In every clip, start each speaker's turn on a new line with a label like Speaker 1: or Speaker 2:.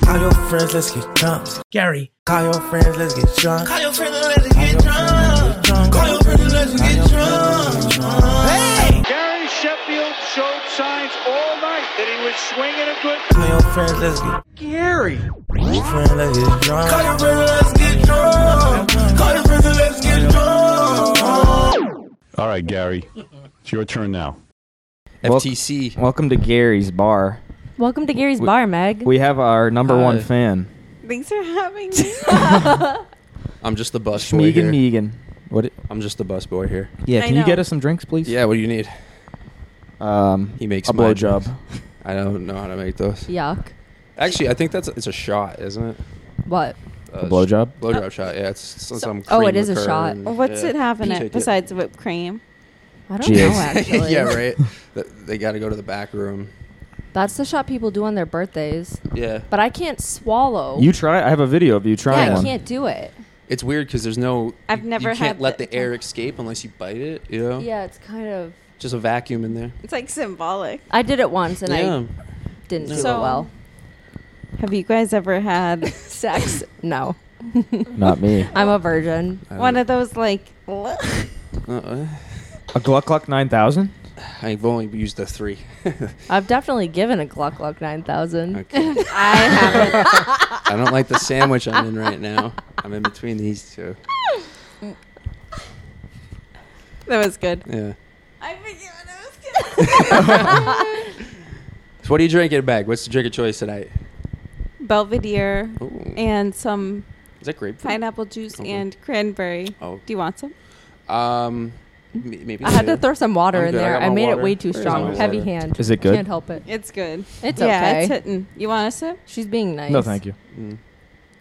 Speaker 1: Call your friends, let's get drunk.
Speaker 2: Gary.
Speaker 1: Call your friends, let's get drunk.
Speaker 3: Call your friend and let's get drunk. Call your friend and let's get drunk. Hey!
Speaker 4: Gary Sheffield showed signs all night that he was swinging a good
Speaker 1: Call your friends, let's get
Speaker 4: Gary.
Speaker 1: friends, let's get
Speaker 3: Call
Speaker 1: drunk.
Speaker 3: your friend and let's get drunk. Call your friend and let's get drunk.
Speaker 5: All right, Gary, it's your turn now.
Speaker 6: Well-
Speaker 7: FTC.
Speaker 6: Welcome to Gary's Bar.
Speaker 8: Welcome to Gary's Bar, Meg.
Speaker 6: We have our number one
Speaker 7: Hi.
Speaker 6: fan,
Speaker 8: Thanks for having me.
Speaker 7: I'm just the bus boy
Speaker 6: Megan
Speaker 7: here.
Speaker 6: Megan. What?
Speaker 7: I'm just the bus boy here.
Speaker 6: Yeah,
Speaker 8: I
Speaker 6: can you
Speaker 8: know.
Speaker 6: get us some drinks, please?
Speaker 7: Yeah, what do you need?
Speaker 6: Um,
Speaker 7: He makes
Speaker 6: a
Speaker 7: my
Speaker 6: blowjob.
Speaker 7: I don't know how to make those.
Speaker 8: Yuck.
Speaker 7: Actually, I think that's it's a shot, isn't it?
Speaker 8: What?
Speaker 7: Uh,
Speaker 6: A blowjob?
Speaker 7: sh- blowjob shot. Yeah, it's some, some
Speaker 8: oh,
Speaker 7: cream
Speaker 8: it is a
Speaker 7: liqueur
Speaker 8: shot.
Speaker 7: and-
Speaker 9: What's
Speaker 7: yeah.
Speaker 9: it having
Speaker 7: Take
Speaker 9: it besides whipped cream?
Speaker 8: I don't
Speaker 6: Jizz.
Speaker 8: know, actually.
Speaker 7: yeah, right. Th- they got to go to the back room.
Speaker 8: That's the shot people do on their birthdays.
Speaker 7: Yeah,
Speaker 8: But I can't
Speaker 7: Oh.
Speaker 8: swallow.
Speaker 6: You try. I have a video of you trying
Speaker 8: yeah, I
Speaker 6: one.
Speaker 8: can't do it.
Speaker 7: it's weird because there's no.
Speaker 9: I've
Speaker 7: you-
Speaker 9: never
Speaker 7: You can't
Speaker 9: had
Speaker 7: let
Speaker 9: that.
Speaker 7: the air escape unless you bite it. You know.
Speaker 8: Yeah, it's kind of.
Speaker 7: Just a vacuum in there.
Speaker 9: It's like symbolic.
Speaker 8: I did it once and
Speaker 7: yeah.
Speaker 8: I didn't do
Speaker 9: So-
Speaker 8: it well.
Speaker 9: Have you guys ever had
Speaker 8: Sex? No.
Speaker 6: Not me.
Speaker 8: I'm a virgin.
Speaker 7: I
Speaker 9: one
Speaker 7: don't-
Speaker 9: of those like?
Speaker 7: uh,
Speaker 6: A Gluck Gluck 9000?
Speaker 7: I've only used the three.
Speaker 8: I've definitely given a Gluck Gluck 9000.
Speaker 7: okay.
Speaker 9: I haven't.
Speaker 7: I don't like the sandwich I'm in right now. I'm in between these two.
Speaker 9: That was good.
Speaker 7: Yeah.
Speaker 9: I figured it was
Speaker 7: So what do you drink in a bag? What's the drink of choice tonight?
Speaker 9: good. Belvedere
Speaker 7: Ooh.
Speaker 9: and some
Speaker 7: Is that grapefruit?
Speaker 9: pineapple juice
Speaker 7: Okay.
Speaker 9: and cranberry.
Speaker 7: Oh.
Speaker 9: Do you want some?
Speaker 7: Um, m- maybe.
Speaker 8: I had
Speaker 7: yeah.
Speaker 8: to throw some water
Speaker 7: I'm
Speaker 8: in
Speaker 7: good. I
Speaker 8: there.
Speaker 7: got
Speaker 8: I,
Speaker 7: my
Speaker 8: made
Speaker 7: water.
Speaker 8: it way too
Speaker 7: Where's
Speaker 8: strong.
Speaker 7: my
Speaker 8: Heavy
Speaker 7: water?
Speaker 8: hand.
Speaker 6: Is it good?
Speaker 8: Can't help it.
Speaker 9: It's good.
Speaker 8: It's
Speaker 9: yeah,
Speaker 8: okay.
Speaker 9: it's hitting. You want a sip?
Speaker 8: She's being nice.
Speaker 6: No, thank you.
Speaker 7: Mm.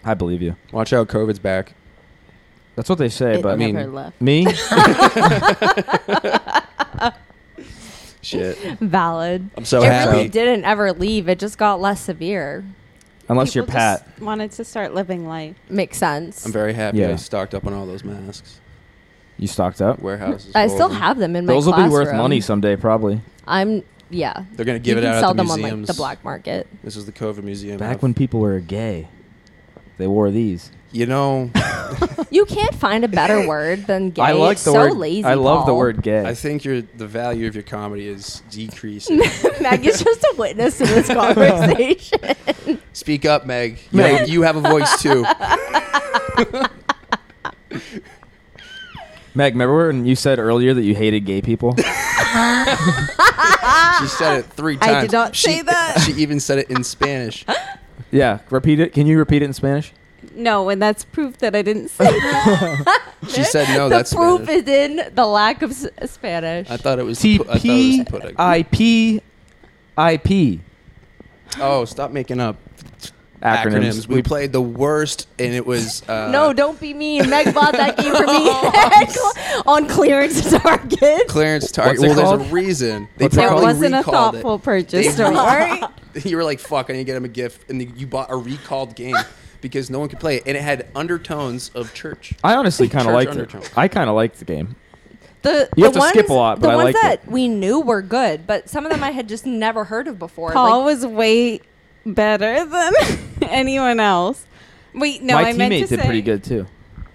Speaker 6: I believe you.
Speaker 7: Watch out, COVID's back.
Speaker 6: That's what they say,
Speaker 8: It
Speaker 6: but
Speaker 7: I mean-
Speaker 8: never left.
Speaker 6: me?
Speaker 7: Shit.
Speaker 8: Valid.
Speaker 7: I'm so
Speaker 8: it
Speaker 7: happy.
Speaker 8: really didn't ever leave. It just got less severe.
Speaker 6: Unless you're
Speaker 9: People
Speaker 6: Pat.
Speaker 9: just Wanted to start living life.
Speaker 8: Makes sense.
Speaker 7: I'm very happy.
Speaker 6: Yeah.
Speaker 7: I stocked up on all those masks.
Speaker 6: You stocked up?
Speaker 7: Warehouses.
Speaker 8: I
Speaker 7: full
Speaker 8: still
Speaker 7: of them.
Speaker 8: have them in my
Speaker 6: Those will be worth
Speaker 8: classroom.
Speaker 6: money someday, probably.
Speaker 8: I'm yeah.
Speaker 7: They're gonna give
Speaker 8: you
Speaker 7: it
Speaker 8: can
Speaker 7: out
Speaker 8: sell
Speaker 7: at the
Speaker 8: them
Speaker 7: museums.
Speaker 8: on like the black market.
Speaker 7: This is the COVID museum.
Speaker 6: Back
Speaker 7: I've-
Speaker 6: when people were gay, they wore these.
Speaker 7: you know,
Speaker 8: You can't find a better word than gay.
Speaker 6: I like
Speaker 8: It's
Speaker 6: the
Speaker 8: so
Speaker 6: word.
Speaker 8: lazy.
Speaker 6: I love the
Speaker 8: Paul.
Speaker 6: word gay.
Speaker 7: I think your the value of your comedy is decreasing.
Speaker 8: Meg is just a witness to this conversation.
Speaker 7: Speak up, Meg. You, Have, you have a voice too.
Speaker 6: Meg, remember when you said earlier that you hated gay people?
Speaker 7: She said it three
Speaker 9: I
Speaker 7: times.
Speaker 9: did not
Speaker 7: she,
Speaker 9: say that.
Speaker 7: She even said it in Spanish.
Speaker 6: yeah, repeat it. Can you repeat it in Spanish?
Speaker 9: No, and that's proof that I didn't say that.
Speaker 7: She said no.
Speaker 8: the
Speaker 7: that's
Speaker 8: proof
Speaker 7: Spanish.
Speaker 8: is in the lack of s- Spanish.
Speaker 7: I thought it was.
Speaker 6: T
Speaker 7: pu- I thought
Speaker 6: P
Speaker 7: it was pudding.
Speaker 6: I P I P
Speaker 7: oh, stop making up acronyms.
Speaker 6: acronyms.
Speaker 7: We played the worst, and it was uh,
Speaker 8: no, don't be mean. Meg bought that game for me on clearance target.
Speaker 7: clearance target.
Speaker 6: What's
Speaker 7: Well,
Speaker 6: it
Speaker 7: there's
Speaker 6: called?
Speaker 7: a reason. They
Speaker 6: What's it
Speaker 9: It
Speaker 6: called?
Speaker 7: probably
Speaker 9: wasn't a
Speaker 7: recalled it.
Speaker 9: thoughtful purchase.
Speaker 7: They-
Speaker 9: Don't worry.
Speaker 7: you were like, "Fuck!" I need to get him a gift, and you bought a recalled game because no one could play it, and it had undertones of church.
Speaker 6: I honestly kind of
Speaker 7: Church
Speaker 6: liked
Speaker 7: undertone.
Speaker 6: it. I kind of liked the game.
Speaker 8: The,
Speaker 6: You
Speaker 8: the
Speaker 6: have to
Speaker 8: ones,
Speaker 6: skip a lot, but
Speaker 8: the
Speaker 6: I
Speaker 8: ones
Speaker 6: liked
Speaker 8: that
Speaker 6: it.
Speaker 8: we knew were good, but some of them I had just never heard of before.
Speaker 9: Paul
Speaker 8: like,
Speaker 9: was way better than anyone else. Wait, no,
Speaker 6: My
Speaker 9: I meant to
Speaker 6: teammate did
Speaker 9: say
Speaker 6: pretty good too.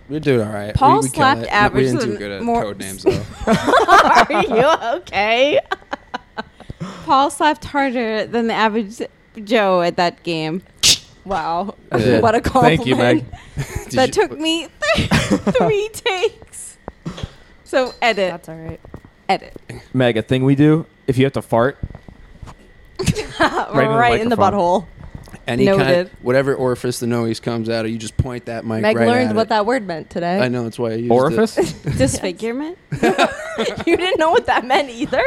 Speaker 7: We are doing all right.
Speaker 9: Paul
Speaker 7: we, we
Speaker 9: slapped
Speaker 7: killed it.
Speaker 9: average
Speaker 7: We didn't do
Speaker 9: than
Speaker 7: good at
Speaker 9: more-
Speaker 7: code names though.
Speaker 8: are you okay?
Speaker 9: Paul slapped harder than the average Joe at that game.
Speaker 8: Wow.
Speaker 6: I
Speaker 7: did.
Speaker 8: What a compliment.
Speaker 6: Thank you, Meg.
Speaker 7: Did
Speaker 9: that
Speaker 7: you-
Speaker 9: took me three takes. So edit,
Speaker 8: That's all right.
Speaker 9: edit,
Speaker 6: Meg, a thing we do if you have to fart,
Speaker 8: Right,
Speaker 6: in the
Speaker 8: Uh, in the
Speaker 6: microphone.
Speaker 8: butthole.
Speaker 7: any
Speaker 9: noted.
Speaker 7: kind, whatever orifice the noise comes out of, you just point that mic.
Speaker 8: Meg
Speaker 7: right
Speaker 8: learned
Speaker 7: at
Speaker 8: what
Speaker 7: it.
Speaker 8: that word meant today.
Speaker 7: I know that's why I used it.
Speaker 6: orifice,
Speaker 9: disfigurement.
Speaker 8: you didn't know what that meant either?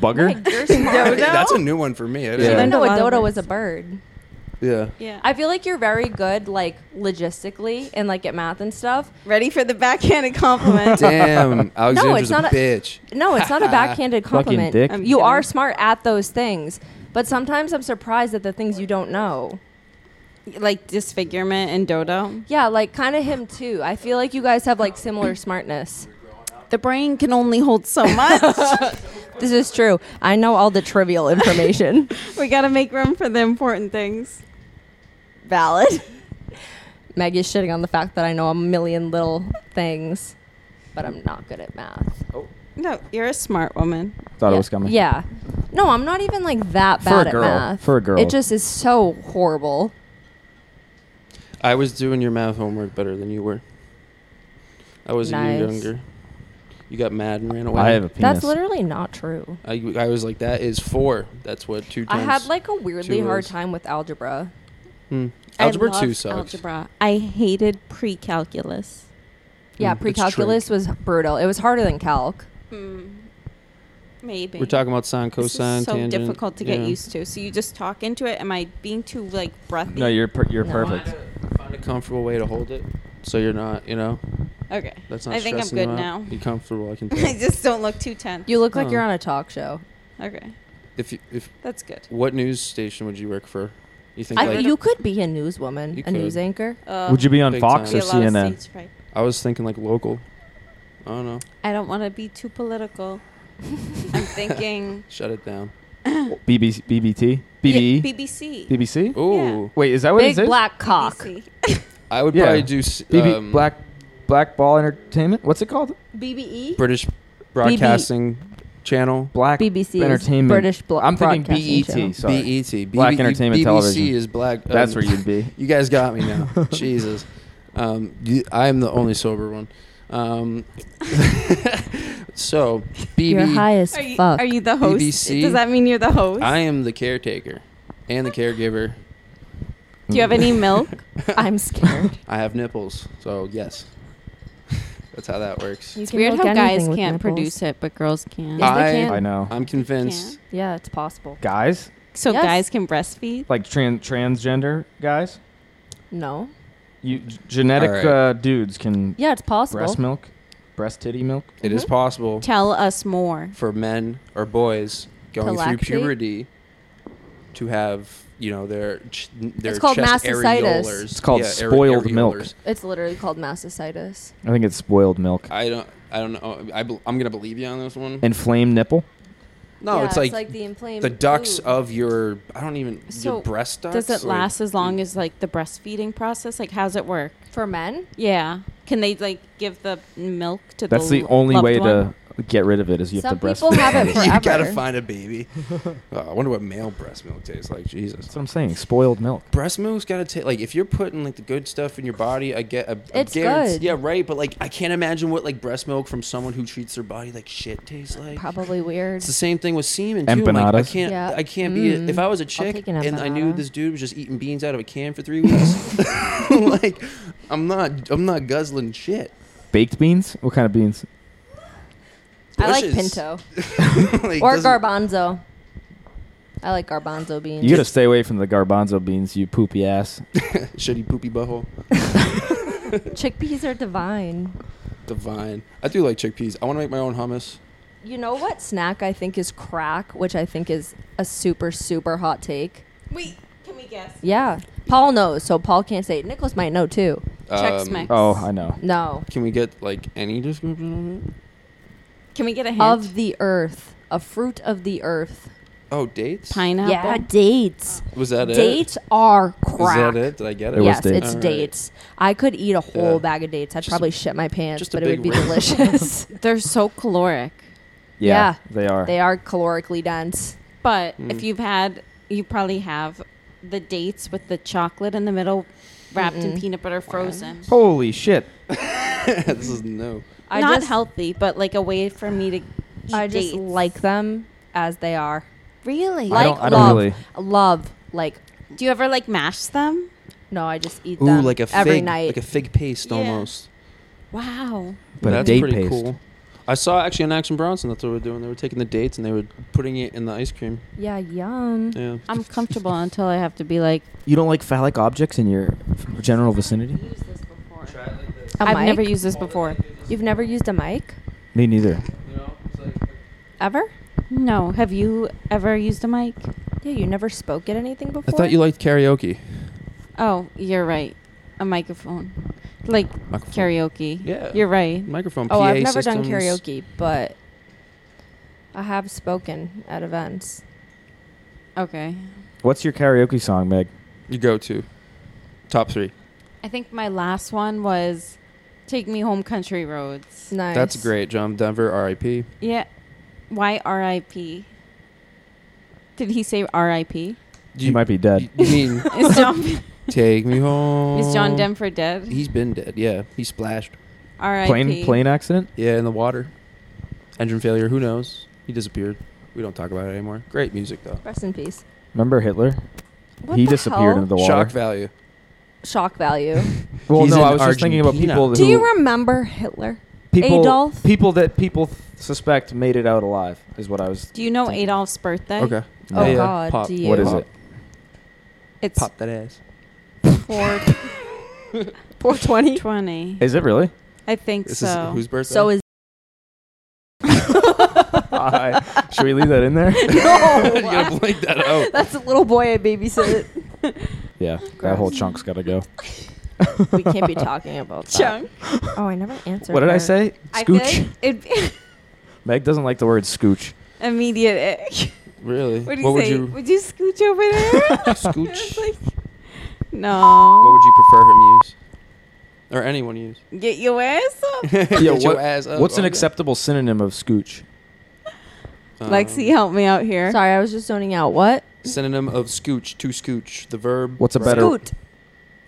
Speaker 6: bugger.
Speaker 9: Oh,
Speaker 7: Hey, that's a new one for me. I
Speaker 6: Yeah.
Speaker 8: I
Speaker 7: didn't-
Speaker 8: didn't know
Speaker 9: Learned
Speaker 8: a
Speaker 9: a lot of
Speaker 8: dodo
Speaker 9: words.
Speaker 8: was a bird.
Speaker 7: yeah.
Speaker 9: Yeah.
Speaker 8: I feel like you're very good, like, logistically and, like, at math and stuff.
Speaker 9: Ready for the backhanded compliment.
Speaker 7: Damn, Alexandra's
Speaker 8: not
Speaker 7: a,
Speaker 8: a-
Speaker 7: bitch.
Speaker 8: No, it's not a backhanded
Speaker 6: Fucking
Speaker 8: compliment.
Speaker 6: dick.
Speaker 9: I'm
Speaker 8: You
Speaker 9: kidding.
Speaker 8: are smart at those things, but sometimes I'm surprised at the things you don't know.
Speaker 9: like disfigurement and dodo.
Speaker 8: Yeah, like, kind of him, too. I feel like you guys have, like, similar smartness.
Speaker 9: The brain can only hold so much.
Speaker 8: This is true. I know all the trivial information.
Speaker 9: we got to make room for the important things.
Speaker 8: valid. Maggie's shitting on the fact that I know a million little things, but I'm not good at math.
Speaker 9: No, you're a smart woman.
Speaker 6: Thought
Speaker 8: yeah.
Speaker 6: it was coming.
Speaker 8: Yeah. No, I'm not even like that
Speaker 6: For a
Speaker 8: bad
Speaker 6: girl.
Speaker 8: at math.
Speaker 6: For a girl.
Speaker 8: It just is so horrible.
Speaker 7: I was doing your math homework better than you were. I was a
Speaker 8: Nice.
Speaker 7: year younger. You got mad and ran away.
Speaker 6: I have a penis.
Speaker 8: That's literally not true.
Speaker 7: I, I was like, that is four. That's what two
Speaker 8: I
Speaker 7: times.
Speaker 8: had like a weirdly
Speaker 7: two
Speaker 8: hard
Speaker 7: is-
Speaker 8: time with algebra.
Speaker 7: Hmm.
Speaker 9: I
Speaker 7: algebra
Speaker 9: loved
Speaker 7: two sucks.
Speaker 9: Algebra. I hated pre-calculus.
Speaker 8: Yeah,
Speaker 7: Mm, it's
Speaker 8: pre-calculus was brutal. It was harder than calc.
Speaker 9: Maybe
Speaker 7: We're talking about sine,
Speaker 9: This is
Speaker 7: cosine,
Speaker 9: so
Speaker 7: tangent.
Speaker 9: difficult to get
Speaker 7: yeah.
Speaker 9: used to. So you just talk into it. Am I being too like breathy?
Speaker 6: No, you're per- you're
Speaker 8: No.
Speaker 6: perfect.
Speaker 7: Find a comfortable way to hold it, so you're not, you know,
Speaker 9: okay.
Speaker 7: that's not.
Speaker 9: I think I'm
Speaker 7: stressing you
Speaker 9: good
Speaker 7: out.
Speaker 9: now.
Speaker 7: You're comfortable. I can tell.
Speaker 9: I just don't look too tense.
Speaker 8: You look
Speaker 7: Huh.
Speaker 6: Uh.
Speaker 8: like you're on a talk show.
Speaker 9: okay.
Speaker 7: if you, if
Speaker 9: That's good.
Speaker 7: what news station would you work for? You think
Speaker 8: I,
Speaker 7: like
Speaker 8: you could be a newswoman,
Speaker 7: You
Speaker 8: a news
Speaker 7: could.
Speaker 8: anchor.
Speaker 9: Uh,
Speaker 6: Would you be on
Speaker 7: Big
Speaker 6: Fox
Speaker 7: time.
Speaker 6: or
Speaker 9: be allowed
Speaker 6: CNN?
Speaker 9: stage fright?
Speaker 7: I was thinking like local. I don't know.
Speaker 9: I don't want to be too political. I'm thinking
Speaker 7: Shut it down.
Speaker 6: BBC, BBT,
Speaker 9: Yeah,
Speaker 6: BBE,
Speaker 9: BBC.
Speaker 7: Um,
Speaker 6: BBC.
Speaker 7: Ooh,
Speaker 6: Wait, is that what
Speaker 8: Big
Speaker 6: it is?
Speaker 8: black cock.
Speaker 9: BBC.
Speaker 7: I would
Speaker 6: Yeah.
Speaker 7: probably do s-
Speaker 6: BB
Speaker 7: um,
Speaker 6: Black Black Ball Entertainment. What's it called?
Speaker 9: E?
Speaker 8: BBE?
Speaker 7: British Broadcasting Channel.
Speaker 6: Black
Speaker 8: BBC 's
Speaker 6: Entertainment.
Speaker 8: British blo-
Speaker 6: I'm thinking
Speaker 8: broadcasting
Speaker 6: BET.
Speaker 8: channel.
Speaker 6: Sorry.
Speaker 7: BET.
Speaker 6: Black
Speaker 7: BB
Speaker 6: Entertainment
Speaker 7: BBC
Speaker 6: Television.
Speaker 7: is black. um,
Speaker 6: That's where you'd be.
Speaker 7: You guys got me now. Jesus. Um, you, I am the only sober one. Um, so, BB.
Speaker 8: You're high as
Speaker 9: Are you,
Speaker 8: fuck.
Speaker 9: are you the host?
Speaker 7: BBC.
Speaker 9: Does that mean you're the host?
Speaker 7: I am the caretaker and the caregiver.
Speaker 9: Do you have any milk?
Speaker 8: I'm scared.
Speaker 7: I have nipples, so yes. That's how that works.
Speaker 8: You
Speaker 9: It's
Speaker 8: can
Speaker 9: weird
Speaker 8: milk
Speaker 9: how guys
Speaker 8: anything with
Speaker 9: can't
Speaker 8: nipples.
Speaker 9: produce it, but girls can.
Speaker 8: Yeah. they
Speaker 7: I,
Speaker 8: can.
Speaker 6: I know.
Speaker 7: I'm convinced.
Speaker 8: Yeah, it's possible.
Speaker 6: Guys,
Speaker 9: So
Speaker 8: Yes.
Speaker 9: guys can breastfeed.
Speaker 6: like tran- transgender guys,
Speaker 8: No.
Speaker 6: you g- genetic
Speaker 7: All right.
Speaker 6: uh, dudes can
Speaker 8: Yeah, it's possible.
Speaker 6: breast milk, breast titty milk.
Speaker 7: It is possible
Speaker 9: Tell us more.
Speaker 7: for men or boys going through
Speaker 8: lactate?
Speaker 7: puberty to have, you know, their ch- their
Speaker 8: It's called
Speaker 7: chest
Speaker 8: mastitis.
Speaker 7: areolars.
Speaker 6: It's called spoiled milk.
Speaker 7: areolars.
Speaker 8: It's literally called mastocytis.
Speaker 6: I think it's spoiled milk.
Speaker 7: I don't. I don't know. I bel I'm gonna believe you on this one.
Speaker 6: Inflamed nipple.
Speaker 7: no,
Speaker 8: Yeah,
Speaker 7: it's, like
Speaker 8: the inflamed
Speaker 7: the ducts
Speaker 8: boob.
Speaker 7: of your. I don't even
Speaker 9: So,
Speaker 7: your breast ducts.
Speaker 9: Does it
Speaker 7: or-
Speaker 9: last as long as like the breastfeeding process? Like, how's it work?
Speaker 8: for men.
Speaker 9: Yeah. Can they like give the milk to
Speaker 6: That's
Speaker 9: the
Speaker 6: the only
Speaker 9: loved
Speaker 6: way
Speaker 9: one?
Speaker 6: to get rid of it is you
Speaker 8: Some
Speaker 6: have to breastfeed.
Speaker 8: people have it forever.
Speaker 7: you gotta find a baby. Oh, I wonder what male breast milk tastes like. Jesus.
Speaker 6: That's what I'm saying. Spoiled milk.
Speaker 7: Breast milk's gotta taste like if you're putting like the good stuff in your body. I get. I, I
Speaker 8: It's
Speaker 7: guarantee-
Speaker 8: good.
Speaker 7: Yeah, right. But like, I can't imagine what like breast milk from someone who treats their body like shit tastes like.
Speaker 8: Probably weird.
Speaker 7: It's the same thing with semen too. I'm Like, I
Speaker 6: Empanadas.
Speaker 7: can't.
Speaker 8: Yeah.
Speaker 7: I can't be.
Speaker 8: Mm.
Speaker 7: if I was a
Speaker 8: I'll
Speaker 7: chick
Speaker 8: take an
Speaker 7: and I knew
Speaker 8: empanada.
Speaker 7: this dude was just eating beans out of a can for three weeks, like I'm not. I'm not guzzling shit.
Speaker 6: Baked beans? What kind of beans?
Speaker 8: I like
Speaker 7: Bushes.
Speaker 8: pinto
Speaker 7: Like,
Speaker 8: or
Speaker 7: doesn't-
Speaker 8: garbanzo. I like garbanzo beans.
Speaker 6: You gotta stay away from the garbanzo beans, you poopy ass.
Speaker 7: Shitty poopy butthole.
Speaker 8: Chickpeas are divine.
Speaker 7: Divine. I do like chickpeas. I want to make my own hummus.
Speaker 8: You know what snack I think is crack, which I think is a super super hot take.
Speaker 9: Wait, can we guess?
Speaker 8: Yeah, Paul knows, so Paul can't say. it. Nicholas might know too.
Speaker 9: Chex
Speaker 7: Um,
Speaker 9: Mix.
Speaker 6: Oh, I know.
Speaker 8: No,
Speaker 7: Can we get like any description of it?
Speaker 9: Can we get a hint?
Speaker 8: of the earth, a fruit of the earth.
Speaker 7: Oh, dates.
Speaker 9: pineapple.
Speaker 8: Yeah, dates.
Speaker 7: Was that it?
Speaker 8: Dates are
Speaker 7: Was
Speaker 8: crack.
Speaker 7: that it? Did I get it?
Speaker 6: It was
Speaker 8: yes,
Speaker 6: dates.
Speaker 8: it's
Speaker 7: All right.
Speaker 8: dates. I could eat a whole
Speaker 7: Yeah.
Speaker 8: bag of dates. I'd
Speaker 7: Just a-
Speaker 8: probably shit my pants,
Speaker 7: just a
Speaker 8: but it would be
Speaker 7: big risk.
Speaker 8: delicious.
Speaker 9: They're so caloric.
Speaker 6: Yeah,
Speaker 8: Yeah.
Speaker 6: they are.
Speaker 8: they are calorically dense.
Speaker 9: But if
Speaker 6: Mm.
Speaker 9: you've had, you probably have the dates with the chocolate in the middle, wrapped in peanut butter, frozen.
Speaker 6: Holy shit.
Speaker 7: this is no.
Speaker 8: I
Speaker 9: Not
Speaker 8: just,
Speaker 9: healthy, but like a way for me to. Eat
Speaker 8: I just
Speaker 9: dates.
Speaker 8: like them as they are.
Speaker 9: really
Speaker 8: Like
Speaker 6: don't- I don't
Speaker 8: love,
Speaker 6: really-
Speaker 8: love. Like
Speaker 9: Do you ever like mash them?
Speaker 8: no, I just eat
Speaker 7: Ooh,
Speaker 8: them
Speaker 7: like a fig,
Speaker 8: every night.
Speaker 7: like a fig paste
Speaker 9: Yeah.
Speaker 7: almost.
Speaker 9: Wow.
Speaker 6: But a
Speaker 7: That's
Speaker 6: date
Speaker 7: pretty
Speaker 6: paste.
Speaker 7: cool. I saw actually on Action Bronson. That's what they were doing. They were taking the dates and they were putting it in the ice cream.
Speaker 8: yeah, yum.
Speaker 7: Yeah.
Speaker 9: I'm comfortable until I have to be like,
Speaker 6: You don't like phallic objects in your general vicinity?
Speaker 8: A
Speaker 9: I've
Speaker 8: mic?
Speaker 9: never used this before.
Speaker 8: You've never used a mic
Speaker 6: Me neither.
Speaker 8: ever.
Speaker 9: No. Have you ever used a mic?
Speaker 8: Yeah, you never spoke at anything
Speaker 7: I
Speaker 8: before.
Speaker 7: thought you liked karaoke.
Speaker 9: Oh, you're right. A microphone. Like
Speaker 7: Microphone.
Speaker 9: karaoke.
Speaker 7: Yeah.
Speaker 9: You're right.
Speaker 7: Microphone.
Speaker 8: Oh,
Speaker 7: PA
Speaker 8: I've never
Speaker 7: systems.
Speaker 8: done karaoke, but I have spoken at events.
Speaker 9: Okay.
Speaker 6: What's your karaoke song, Meg?
Speaker 7: You go to. Top three.
Speaker 9: I think my last one was Take Me Home Country Roads.
Speaker 8: Nice.
Speaker 7: That's great, John Denver. R.I.P.
Speaker 9: Yeah. Why R.I.P.? Did he say R.I.P.?
Speaker 7: You,
Speaker 6: He might be dead.
Speaker 7: You mean
Speaker 9: Is John,
Speaker 7: take me home?
Speaker 9: is John Denver dead?
Speaker 7: He's been dead. Yeah, he splashed.
Speaker 9: R.I.P.
Speaker 6: Plane plane accident.
Speaker 7: Yeah, in the water. Engine failure. Who knows? He disappeared. We don't talk about it anymore. Great music though.
Speaker 8: Rest in peace.
Speaker 6: Remember Hitler?
Speaker 9: What
Speaker 6: he
Speaker 9: the
Speaker 6: disappeared
Speaker 9: hell?
Speaker 6: into the water.
Speaker 7: Shock value.
Speaker 8: Shock value.
Speaker 6: Well,
Speaker 7: He's
Speaker 6: no,
Speaker 7: in
Speaker 6: I was just thinking about
Speaker 7: Argentina.
Speaker 6: people. Who,
Speaker 8: Do you remember Hitler?
Speaker 6: people,
Speaker 8: Adolf?
Speaker 6: People that people suspect made it out alive is what I was.
Speaker 9: Do you know Adolf's birthday?
Speaker 7: Okay.
Speaker 8: Oh,
Speaker 7: Yeah, yeah.
Speaker 8: God,
Speaker 7: Pop.
Speaker 8: do you-
Speaker 6: What is
Speaker 7: Pop.
Speaker 6: it?
Speaker 9: It's
Speaker 7: Pop that ass.
Speaker 8: 420.
Speaker 9: 20.
Speaker 6: Is it really?
Speaker 9: I think
Speaker 7: This
Speaker 9: so.
Speaker 7: is whose birthday?
Speaker 8: So is
Speaker 6: Hi. Should we leave that in there?
Speaker 7: you gotta
Speaker 8: no.
Speaker 7: blank that out.
Speaker 8: That's a little boy I babysit.
Speaker 6: Yeah, that whole chunk's got to go.
Speaker 8: we can't be talking about that.
Speaker 9: Chunk.
Speaker 8: Oh, I never answered.
Speaker 6: What did I
Speaker 8: her.
Speaker 6: say?
Speaker 9: Uh, I feel like
Speaker 6: Scooch.
Speaker 9: it'd be
Speaker 6: Meg doesn't like the word scooch.
Speaker 9: immediate. eh,
Speaker 7: Really?
Speaker 9: What do you
Speaker 7: what
Speaker 9: say?
Speaker 7: would you
Speaker 9: would you scooch over there?
Speaker 7: scooch?
Speaker 9: like,
Speaker 7: What
Speaker 9: no.
Speaker 7: would you prefer him use? Or anyone use?
Speaker 9: Get your ass up.
Speaker 7: Get
Speaker 6: Yeah,
Speaker 7: your
Speaker 6: what-
Speaker 7: ass up.
Speaker 6: What's an
Speaker 7: Uh, Okay.
Speaker 6: acceptable synonym of scooch?
Speaker 7: Um,
Speaker 9: Lexi, help me out here.
Speaker 8: Sorry, I was just zoning out. What?
Speaker 7: Synonym of scooch, to scooch. The verb.
Speaker 6: What's a
Speaker 7: verb.
Speaker 6: better-
Speaker 8: Scoot.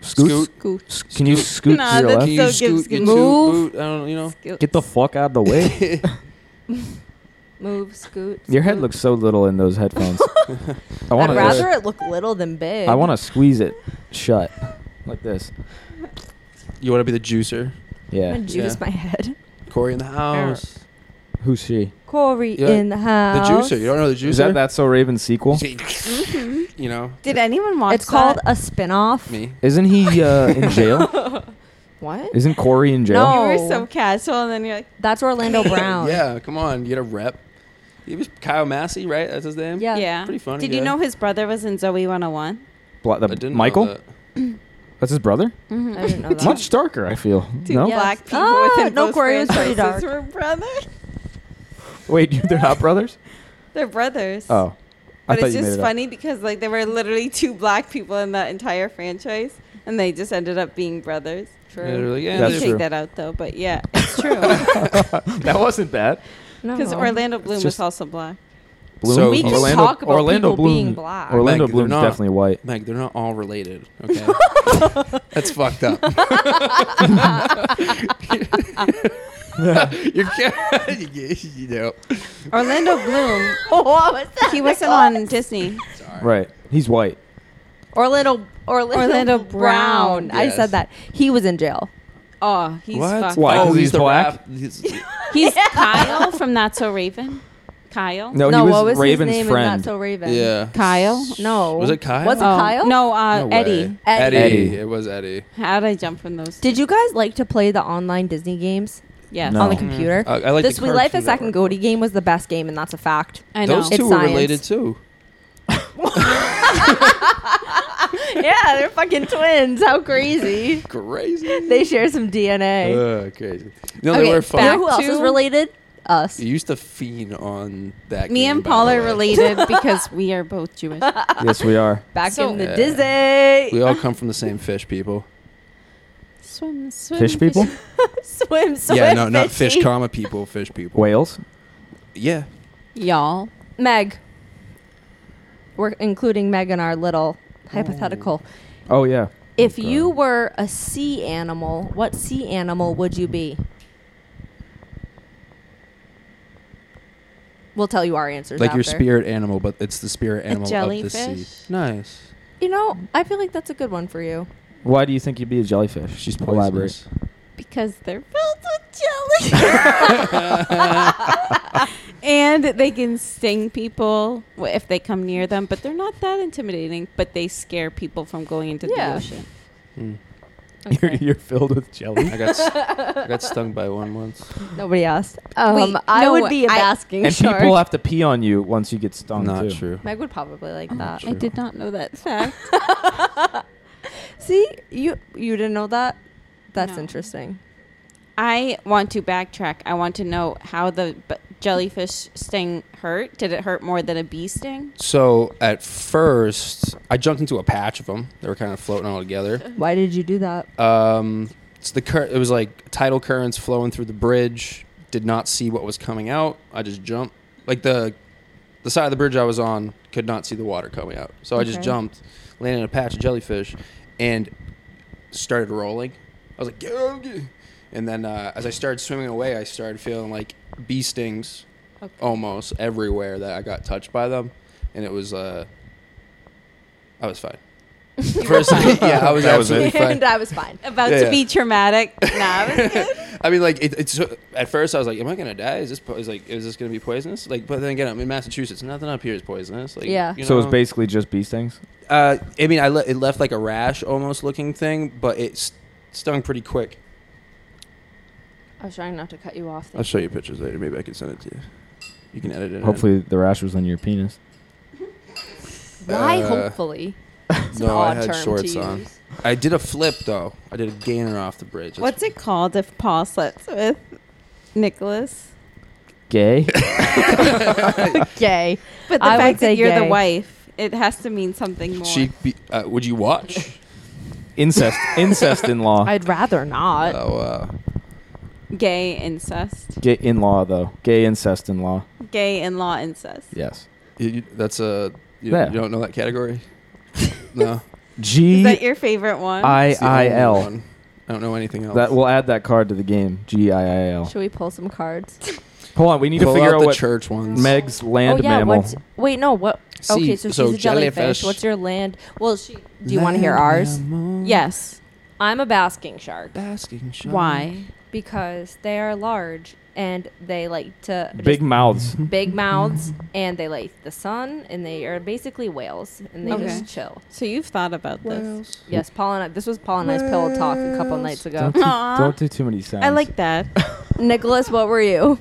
Speaker 6: Scoot.
Speaker 7: Scoot.
Speaker 9: Scoot.
Speaker 6: Sc- Can you scoot to
Speaker 9: Nah,
Speaker 6: your
Speaker 9: that's-
Speaker 6: left?
Speaker 7: Can you
Speaker 9: So give-
Speaker 7: scoot your
Speaker 9: give-
Speaker 7: two
Speaker 8: Move.
Speaker 7: boot? I don't, you know.
Speaker 9: Scoot.
Speaker 6: Get the fuck out of the way.
Speaker 8: Move, scoot.
Speaker 6: Your head
Speaker 8: scoot.
Speaker 6: looks so little in those headphones. I
Speaker 8: I'd
Speaker 6: want to.
Speaker 8: rather it look little than big.
Speaker 6: I want to squeeze it shut, like this.
Speaker 7: You want to be the juicer.
Speaker 8: I'm
Speaker 6: Yeah.
Speaker 8: gonna juice
Speaker 7: Yeah.
Speaker 8: my head.
Speaker 7: Corey in the house.
Speaker 6: Who's she?
Speaker 8: Corey
Speaker 7: Yeah,
Speaker 8: in the
Speaker 7: The
Speaker 8: house.
Speaker 7: juicer. You don't know the juicer?
Speaker 6: Is that that so Raven sequel?
Speaker 7: Mm-hmm. You know,
Speaker 9: Did anyone watch
Speaker 8: It's called
Speaker 9: that?
Speaker 8: a spin-off.
Speaker 7: me.
Speaker 6: Isn't he uh, in jail?
Speaker 8: What?
Speaker 6: Isn't Corey in jail?
Speaker 8: No.
Speaker 9: Oh, You were so casual, and then you're like,
Speaker 8: That's Orlando Brown.
Speaker 7: Yeah, come on. You get a rep. He was Kyle Massey, right? That's his name?
Speaker 8: Yeah.
Speaker 9: yeah.
Speaker 7: Pretty funny
Speaker 9: Did
Speaker 7: guy.
Speaker 9: you know his brother was in Zoe 101?
Speaker 6: Bla- the-
Speaker 7: I didn't know
Speaker 6: Michael?
Speaker 7: that.
Speaker 6: That's his brother.
Speaker 8: I didn't know that.
Speaker 6: Much darker, I feel. no.
Speaker 8: yeah.
Speaker 9: Black
Speaker 8: Yes.
Speaker 9: people
Speaker 8: Oh,
Speaker 9: within
Speaker 8: no,
Speaker 9: both
Speaker 8: Corey was pretty
Speaker 9: franchises
Speaker 8: dark.
Speaker 9: were brothers.
Speaker 6: Wait, they're not brothers?
Speaker 9: They're brothers.
Speaker 6: Oh.
Speaker 9: But
Speaker 6: I thought
Speaker 9: it's
Speaker 6: you made
Speaker 9: just
Speaker 6: it up.
Speaker 9: funny because like there were literally two black people in that entire franchise, and they just ended up being brothers.
Speaker 7: Yeah, they're like, yeah,
Speaker 9: You
Speaker 6: That's
Speaker 7: they're-
Speaker 9: take
Speaker 6: true.
Speaker 9: that out though, but yeah, it's true. Because
Speaker 6: That wasn't bad.
Speaker 8: No.
Speaker 9: Orlando Bloom
Speaker 6: just-
Speaker 9: is also black.
Speaker 7: So- We
Speaker 8: We can
Speaker 7: Orlando-
Speaker 8: talk about people being black.
Speaker 6: Orlando
Speaker 7: Like, they're
Speaker 6: Bloom's
Speaker 7: not.
Speaker 6: definitely white.
Speaker 7: Meg, they're not all related. Okay, that's fucked up. You're kidding. you know.
Speaker 9: Orlando Bloom,
Speaker 8: what was that?
Speaker 9: he wasn't on Disney.
Speaker 6: Right. He's white.
Speaker 8: Orlando Orlando,
Speaker 9: Orlando Brown.
Speaker 8: I
Speaker 7: Yes.
Speaker 8: said that. He was in jail.
Speaker 9: Oh, he's
Speaker 7: What?
Speaker 9: fucked.
Speaker 6: Why? 'Cause he's
Speaker 7: the
Speaker 6: black?
Speaker 7: rap- he's-
Speaker 9: He's Kyle from That's So Raven. Kyle.
Speaker 6: No, he was,
Speaker 8: what was
Speaker 6: Raven's
Speaker 8: his name
Speaker 6: friend.
Speaker 8: in Not So Raven?
Speaker 7: yeah.
Speaker 9: Kyle?
Speaker 8: No.
Speaker 7: Was it Kyle?
Speaker 8: Was it
Speaker 9: Oh,
Speaker 8: Kyle?
Speaker 9: No, uh,
Speaker 7: No way.
Speaker 9: Eddie.
Speaker 7: Eddie.
Speaker 8: Eddie.
Speaker 6: Eddie.
Speaker 7: It was Eddie.
Speaker 9: How did I jump from those?
Speaker 8: Did you guys like to play the online Disney games
Speaker 9: yes.
Speaker 6: No.
Speaker 8: on the computer?
Speaker 7: Mm. I- I like
Speaker 8: this
Speaker 7: the
Speaker 8: We Life a
Speaker 7: Cartoon
Speaker 8: Second
Speaker 7: Network.
Speaker 8: Goatee game was the best game, and that's a fact.
Speaker 9: I know.
Speaker 7: Those two
Speaker 8: It's
Speaker 7: were
Speaker 8: science.
Speaker 7: related too.
Speaker 8: yeah, they're fucking twins. How crazy.
Speaker 7: Crazy.
Speaker 8: They share some DNA.
Speaker 7: Ugh, crazy. No, they were
Speaker 8: You know
Speaker 7: fun.
Speaker 8: who else is
Speaker 9: to-
Speaker 8: related? Us.
Speaker 7: You used to fiend on that.
Speaker 9: Me
Speaker 7: game,
Speaker 9: and
Speaker 7: by
Speaker 9: Paul
Speaker 7: the
Speaker 9: are
Speaker 7: way.
Speaker 9: related because we are both Jewish.
Speaker 6: yes, we are.
Speaker 8: Back
Speaker 9: So-
Speaker 8: in the
Speaker 7: Yeah.
Speaker 8: Disney.
Speaker 7: We all come from the same fish people.
Speaker 9: Swim, swim.
Speaker 6: Fish people?
Speaker 8: swim, swim.
Speaker 7: yeah, no, not fish
Speaker 8: fishy.
Speaker 7: comma people, fish people.
Speaker 6: Whales?
Speaker 7: Yeah.
Speaker 9: Y'all.
Speaker 8: Meg. We're including Meg in our little hypothetical.
Speaker 6: Oh, yeah.
Speaker 8: If you were a sea animal, what sea animal would you be? We'll tell you our answers.
Speaker 7: like your
Speaker 8: after.
Speaker 7: spirit animal, but it's the spirit animal of the sea.
Speaker 9: jellyfish?
Speaker 7: Nice.
Speaker 8: You know, I feel like that's a good one for you.
Speaker 6: Why do you think you'd be a jellyfish?
Speaker 7: She's
Speaker 6: Just
Speaker 7: poisonous.
Speaker 9: Because they're filled with jelly. and they can sting people w- if they come near them, but they're not that intimidating, but they scare people from going into
Speaker 8: Yeah.
Speaker 9: the ocean.
Speaker 6: You're, you're filled with jelly.
Speaker 7: Hmm. I got, s- I got stung by one once.
Speaker 8: Nobody asked.
Speaker 9: Wait,
Speaker 8: Um, I
Speaker 9: no,
Speaker 8: would be a
Speaker 9: I-
Speaker 8: basking
Speaker 6: and
Speaker 8: shark.
Speaker 6: people have to pee on you once you get stung,
Speaker 7: Not
Speaker 6: too.
Speaker 7: true.
Speaker 8: Meg would probably like that.
Speaker 9: I did not know that fact.
Speaker 8: See, you you didn't know that. That's
Speaker 9: No.
Speaker 8: interesting.
Speaker 9: I want to backtrack. I want to know how the b- jellyfish sting hurt? Did it hurt more than a bee sting?
Speaker 7: So at first, I jumped into a patch of them. They were kind of floating all together.
Speaker 8: Why did you do that?
Speaker 7: Um, it's the cur- It was like tidal currents flowing through the bridge. Did not see what was coming out. I just jumped. Like the the side of the bridge I was on could not see the water coming out. So I just
Speaker 8: Okay.
Speaker 7: jumped, landed in a patch of jellyfish, and started rolling. I was like, get up, get-" and then uh, as I started swimming away, I started feeling like bee stings almost everywhere that I got touched by them, and it was uh, I was fine. First, yeah, I was
Speaker 5: That was
Speaker 7: absolutely
Speaker 5: it.
Speaker 7: fine.
Speaker 8: and I was fine.
Speaker 9: About
Speaker 7: Yeah,
Speaker 9: to
Speaker 7: yeah.
Speaker 9: be traumatic. Nah, it was good.
Speaker 7: I mean, like it, it's at first I was like, "Am I gonna die? Is this po- is like is this gonna be poisonous?" Like, but then again, I'm in Massachusetts. Nothing up here is poisonous. Like,
Speaker 8: Yeah.
Speaker 7: you
Speaker 6: so it's
Speaker 7: know?
Speaker 6: basically just bee stings.
Speaker 7: Uh, I mean, I le- it left like a rash almost looking thing, but it st- stung pretty quick.
Speaker 8: I was trying not to cut you off.
Speaker 7: I'll show you pictures later. Maybe I can send it to you. You can edit it. in.
Speaker 6: Hopefully, the rash was on your penis.
Speaker 8: Why?
Speaker 7: Uh,
Speaker 8: hopefully. It's an
Speaker 7: no, I
Speaker 8: odd
Speaker 7: had
Speaker 8: term
Speaker 7: shorts
Speaker 8: to
Speaker 7: on.
Speaker 8: use.
Speaker 7: I did a flip though. I did a gainer off the bridge. That's-
Speaker 9: What's it called if Paul slips with Nicholas?
Speaker 6: Gay.
Speaker 8: Gay.
Speaker 9: But the
Speaker 8: I would
Speaker 9: fact
Speaker 8: say
Speaker 9: that you're the
Speaker 8: gay.
Speaker 9: wife, it has to mean something more.
Speaker 7: She'd be, uh, would you watch?
Speaker 6: incest. incest in law.
Speaker 8: I'd rather not.
Speaker 7: oh, uh,
Speaker 9: Gay incest.
Speaker 6: Gay in law though. Gay incest in law.
Speaker 9: Gay in law incest.
Speaker 6: Yes.
Speaker 7: you, you- that's a you,
Speaker 6: Yeah.
Speaker 7: you don't know that category. no,
Speaker 9: Is
Speaker 6: G
Speaker 9: that your favorite one?
Speaker 6: I
Speaker 7: It's the
Speaker 6: I
Speaker 7: only
Speaker 6: L.
Speaker 7: one. I don't know anything else.
Speaker 6: That we'll add that card to the game. G I I L.
Speaker 8: Should we pull some cards?
Speaker 6: Hold on, we need
Speaker 7: Pull
Speaker 6: to figure
Speaker 7: out
Speaker 6: out,
Speaker 7: the
Speaker 6: what
Speaker 7: church ones.
Speaker 6: Meg's land
Speaker 8: oh yeah.
Speaker 6: mammal.
Speaker 8: What's, wait, no. What?
Speaker 7: See,
Speaker 8: Okay, so she's
Speaker 7: so
Speaker 8: a jellyfish.
Speaker 7: jellyfish.
Speaker 8: What's your land? Well, she. Do you want to hear ours?
Speaker 9: Yes.
Speaker 8: I'm a basking shark
Speaker 7: Basking shark.
Speaker 9: Why?
Speaker 8: because they are large and they like to just
Speaker 6: Big mouths.
Speaker 8: big mouths and they like the sun and they are basically whales and they
Speaker 9: Okay.
Speaker 8: just chill.
Speaker 9: So you've thought about this.
Speaker 8: Yes, Paul and I, this was Paul and I's pillow talk a couple nights ago.
Speaker 6: Don't do,
Speaker 9: Aw.
Speaker 6: don't do too many sounds.
Speaker 9: I like that.
Speaker 8: Nicholas, what were you?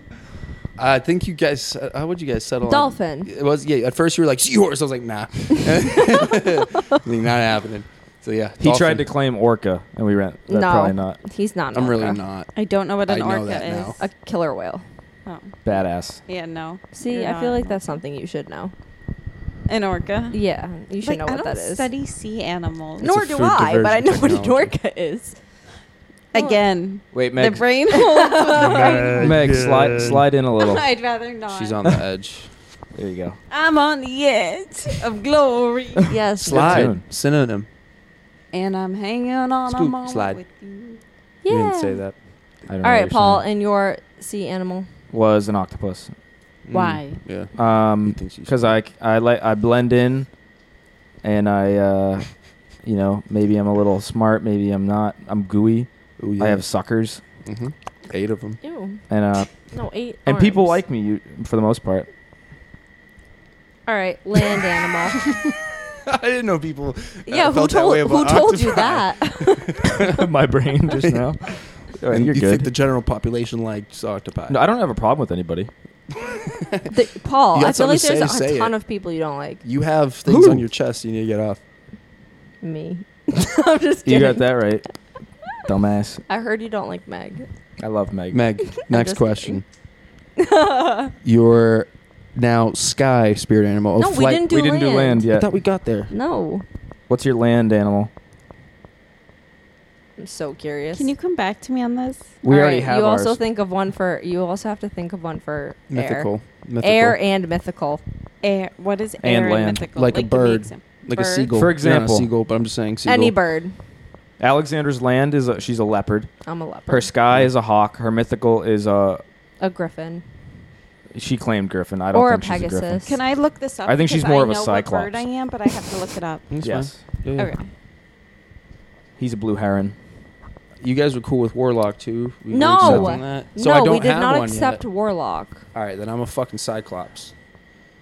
Speaker 7: I think you guys. uh, How would you guys settle? on-
Speaker 8: Dolphin.
Speaker 7: It was yeah. At first you were like yours. I was like nah. I mean, not happening. So yeah.
Speaker 6: He tried
Speaker 7: dolphin.
Speaker 6: to claim orca, and we ran. That
Speaker 8: no,
Speaker 6: Probably not.
Speaker 8: He's not. an
Speaker 7: I'm really
Speaker 8: orca.
Speaker 7: not.
Speaker 9: I don't know what
Speaker 7: I
Speaker 9: an
Speaker 7: know that
Speaker 9: orca
Speaker 7: now.
Speaker 9: is.
Speaker 8: a killer whale.
Speaker 9: Oh.
Speaker 6: Badass.
Speaker 9: Yeah, no.
Speaker 8: See,
Speaker 9: You're
Speaker 8: I feel
Speaker 9: not.
Speaker 8: like that's something you should know.
Speaker 9: an orca.
Speaker 8: Yeah, you should
Speaker 9: Like,
Speaker 8: know
Speaker 9: I
Speaker 8: what
Speaker 9: don't
Speaker 8: that is.
Speaker 9: study sea animals.
Speaker 7: No.
Speaker 8: Nor
Speaker 7: It's a
Speaker 8: do
Speaker 7: food
Speaker 8: I, but I know
Speaker 7: diversion
Speaker 8: what an
Speaker 7: technology.
Speaker 8: orca is.
Speaker 9: Again,
Speaker 6: Wait,
Speaker 9: the
Speaker 6: Meg.
Speaker 9: brain holds the brain.
Speaker 6: Meg, slide slide in a little.
Speaker 9: I'd rather not.
Speaker 7: She's on the edge.
Speaker 6: There you go.
Speaker 9: I'm on the edge of glory.
Speaker 8: Yes,
Speaker 6: tune.
Speaker 7: Synonym.
Speaker 9: and I'm hanging on
Speaker 7: Scoot,
Speaker 9: a moment
Speaker 7: slide.
Speaker 9: with you.
Speaker 8: yeah.
Speaker 6: You didn't say that. I don't know
Speaker 8: All
Speaker 6: what
Speaker 8: right,
Speaker 6: you're
Speaker 8: Paul,
Speaker 6: saying.
Speaker 8: and your sea animal.
Speaker 6: was an octopus.
Speaker 9: Why?
Speaker 7: Mm, Yeah. Mm.
Speaker 6: Um,
Speaker 7: think she's-
Speaker 6: because I I like I blend in, and I uh, you know maybe I'm a little smart, maybe I'm not. I'm gooey.
Speaker 7: Ooh, yeah.
Speaker 6: I have suckers,
Speaker 7: Mhm. eight of them.
Speaker 8: Ew.
Speaker 6: and uh,
Speaker 8: No, eight.
Speaker 6: and people
Speaker 8: arms.
Speaker 6: like me you, for the most part.
Speaker 8: All right, land animal.
Speaker 7: I didn't know people.
Speaker 8: yeah, who told who told you that?
Speaker 6: My brain just now. All right,
Speaker 7: And Oh, you
Speaker 6: you're
Speaker 7: think
Speaker 6: good.
Speaker 7: the general population likes octopi?
Speaker 6: no, I don't have a problem with anybody.
Speaker 8: The- Paul,
Speaker 7: You
Speaker 8: I
Speaker 7: got
Speaker 8: feel like
Speaker 7: something
Speaker 8: there's
Speaker 7: to
Speaker 8: a
Speaker 7: say, say
Speaker 8: ton
Speaker 7: it.
Speaker 8: of people you don't like.
Speaker 7: you have things
Speaker 6: Who?
Speaker 7: on your chest you need to get off.
Speaker 8: Me. I'm just
Speaker 6: You
Speaker 8: kidding.
Speaker 6: got that right, dumbass.
Speaker 8: I heard you don't like Meg.
Speaker 6: I love Meg.
Speaker 7: Meg, next
Speaker 8: just
Speaker 7: question. Your now sky spirit animal. of
Speaker 8: no, we
Speaker 7: flight-
Speaker 8: didn't do
Speaker 6: we didn't
Speaker 8: land.
Speaker 6: do land
Speaker 7: I
Speaker 6: yet.
Speaker 7: thought we got there.
Speaker 8: No.
Speaker 6: What's your land animal?
Speaker 8: I'm so curious.
Speaker 9: Can you come back to me on this?
Speaker 6: We
Speaker 8: All
Speaker 6: already
Speaker 8: right,
Speaker 6: have
Speaker 8: You
Speaker 6: ours.
Speaker 8: also think of one for. You also have to think of one for
Speaker 7: Mythical. Mythical.
Speaker 8: air, air and mythical.
Speaker 9: Air. What is
Speaker 6: And
Speaker 9: air
Speaker 6: land.
Speaker 9: mythical?
Speaker 7: Like a
Speaker 9: give me
Speaker 7: bird.
Speaker 9: exam-
Speaker 7: Like a
Speaker 9: bird.
Speaker 7: seagull.
Speaker 6: For
Speaker 7: You're not a
Speaker 6: example.
Speaker 7: seagull, but I'm just saying seagull.
Speaker 8: Any bird.
Speaker 6: Alexander's land is a, she's a leopard.
Speaker 8: I'm a leopard.
Speaker 6: Her sky is a hawk. Her mythical is a
Speaker 8: a griffin.
Speaker 6: She claimed Griffin. I don't
Speaker 8: Or a
Speaker 6: think she's a Griffin.
Speaker 8: Pegasus.
Speaker 9: Can I look this up?
Speaker 6: I think she's
Speaker 9: Because
Speaker 6: more
Speaker 9: I
Speaker 6: of a
Speaker 9: know what bird
Speaker 6: cyclops.
Speaker 9: I am, but I have to look it up.
Speaker 7: That's
Speaker 6: Yes.
Speaker 7: fine. Yeah, yeah.
Speaker 9: Okay.
Speaker 6: He's a blue heron.
Speaker 7: You guys were cool with Warlock too. We were
Speaker 8: No.
Speaker 7: accepting that. So
Speaker 8: no,
Speaker 7: I don't
Speaker 8: we did
Speaker 7: have
Speaker 8: not
Speaker 7: one
Speaker 8: accept
Speaker 7: Yet.
Speaker 8: warlock.
Speaker 7: All right, then I'm a fucking Cyclops.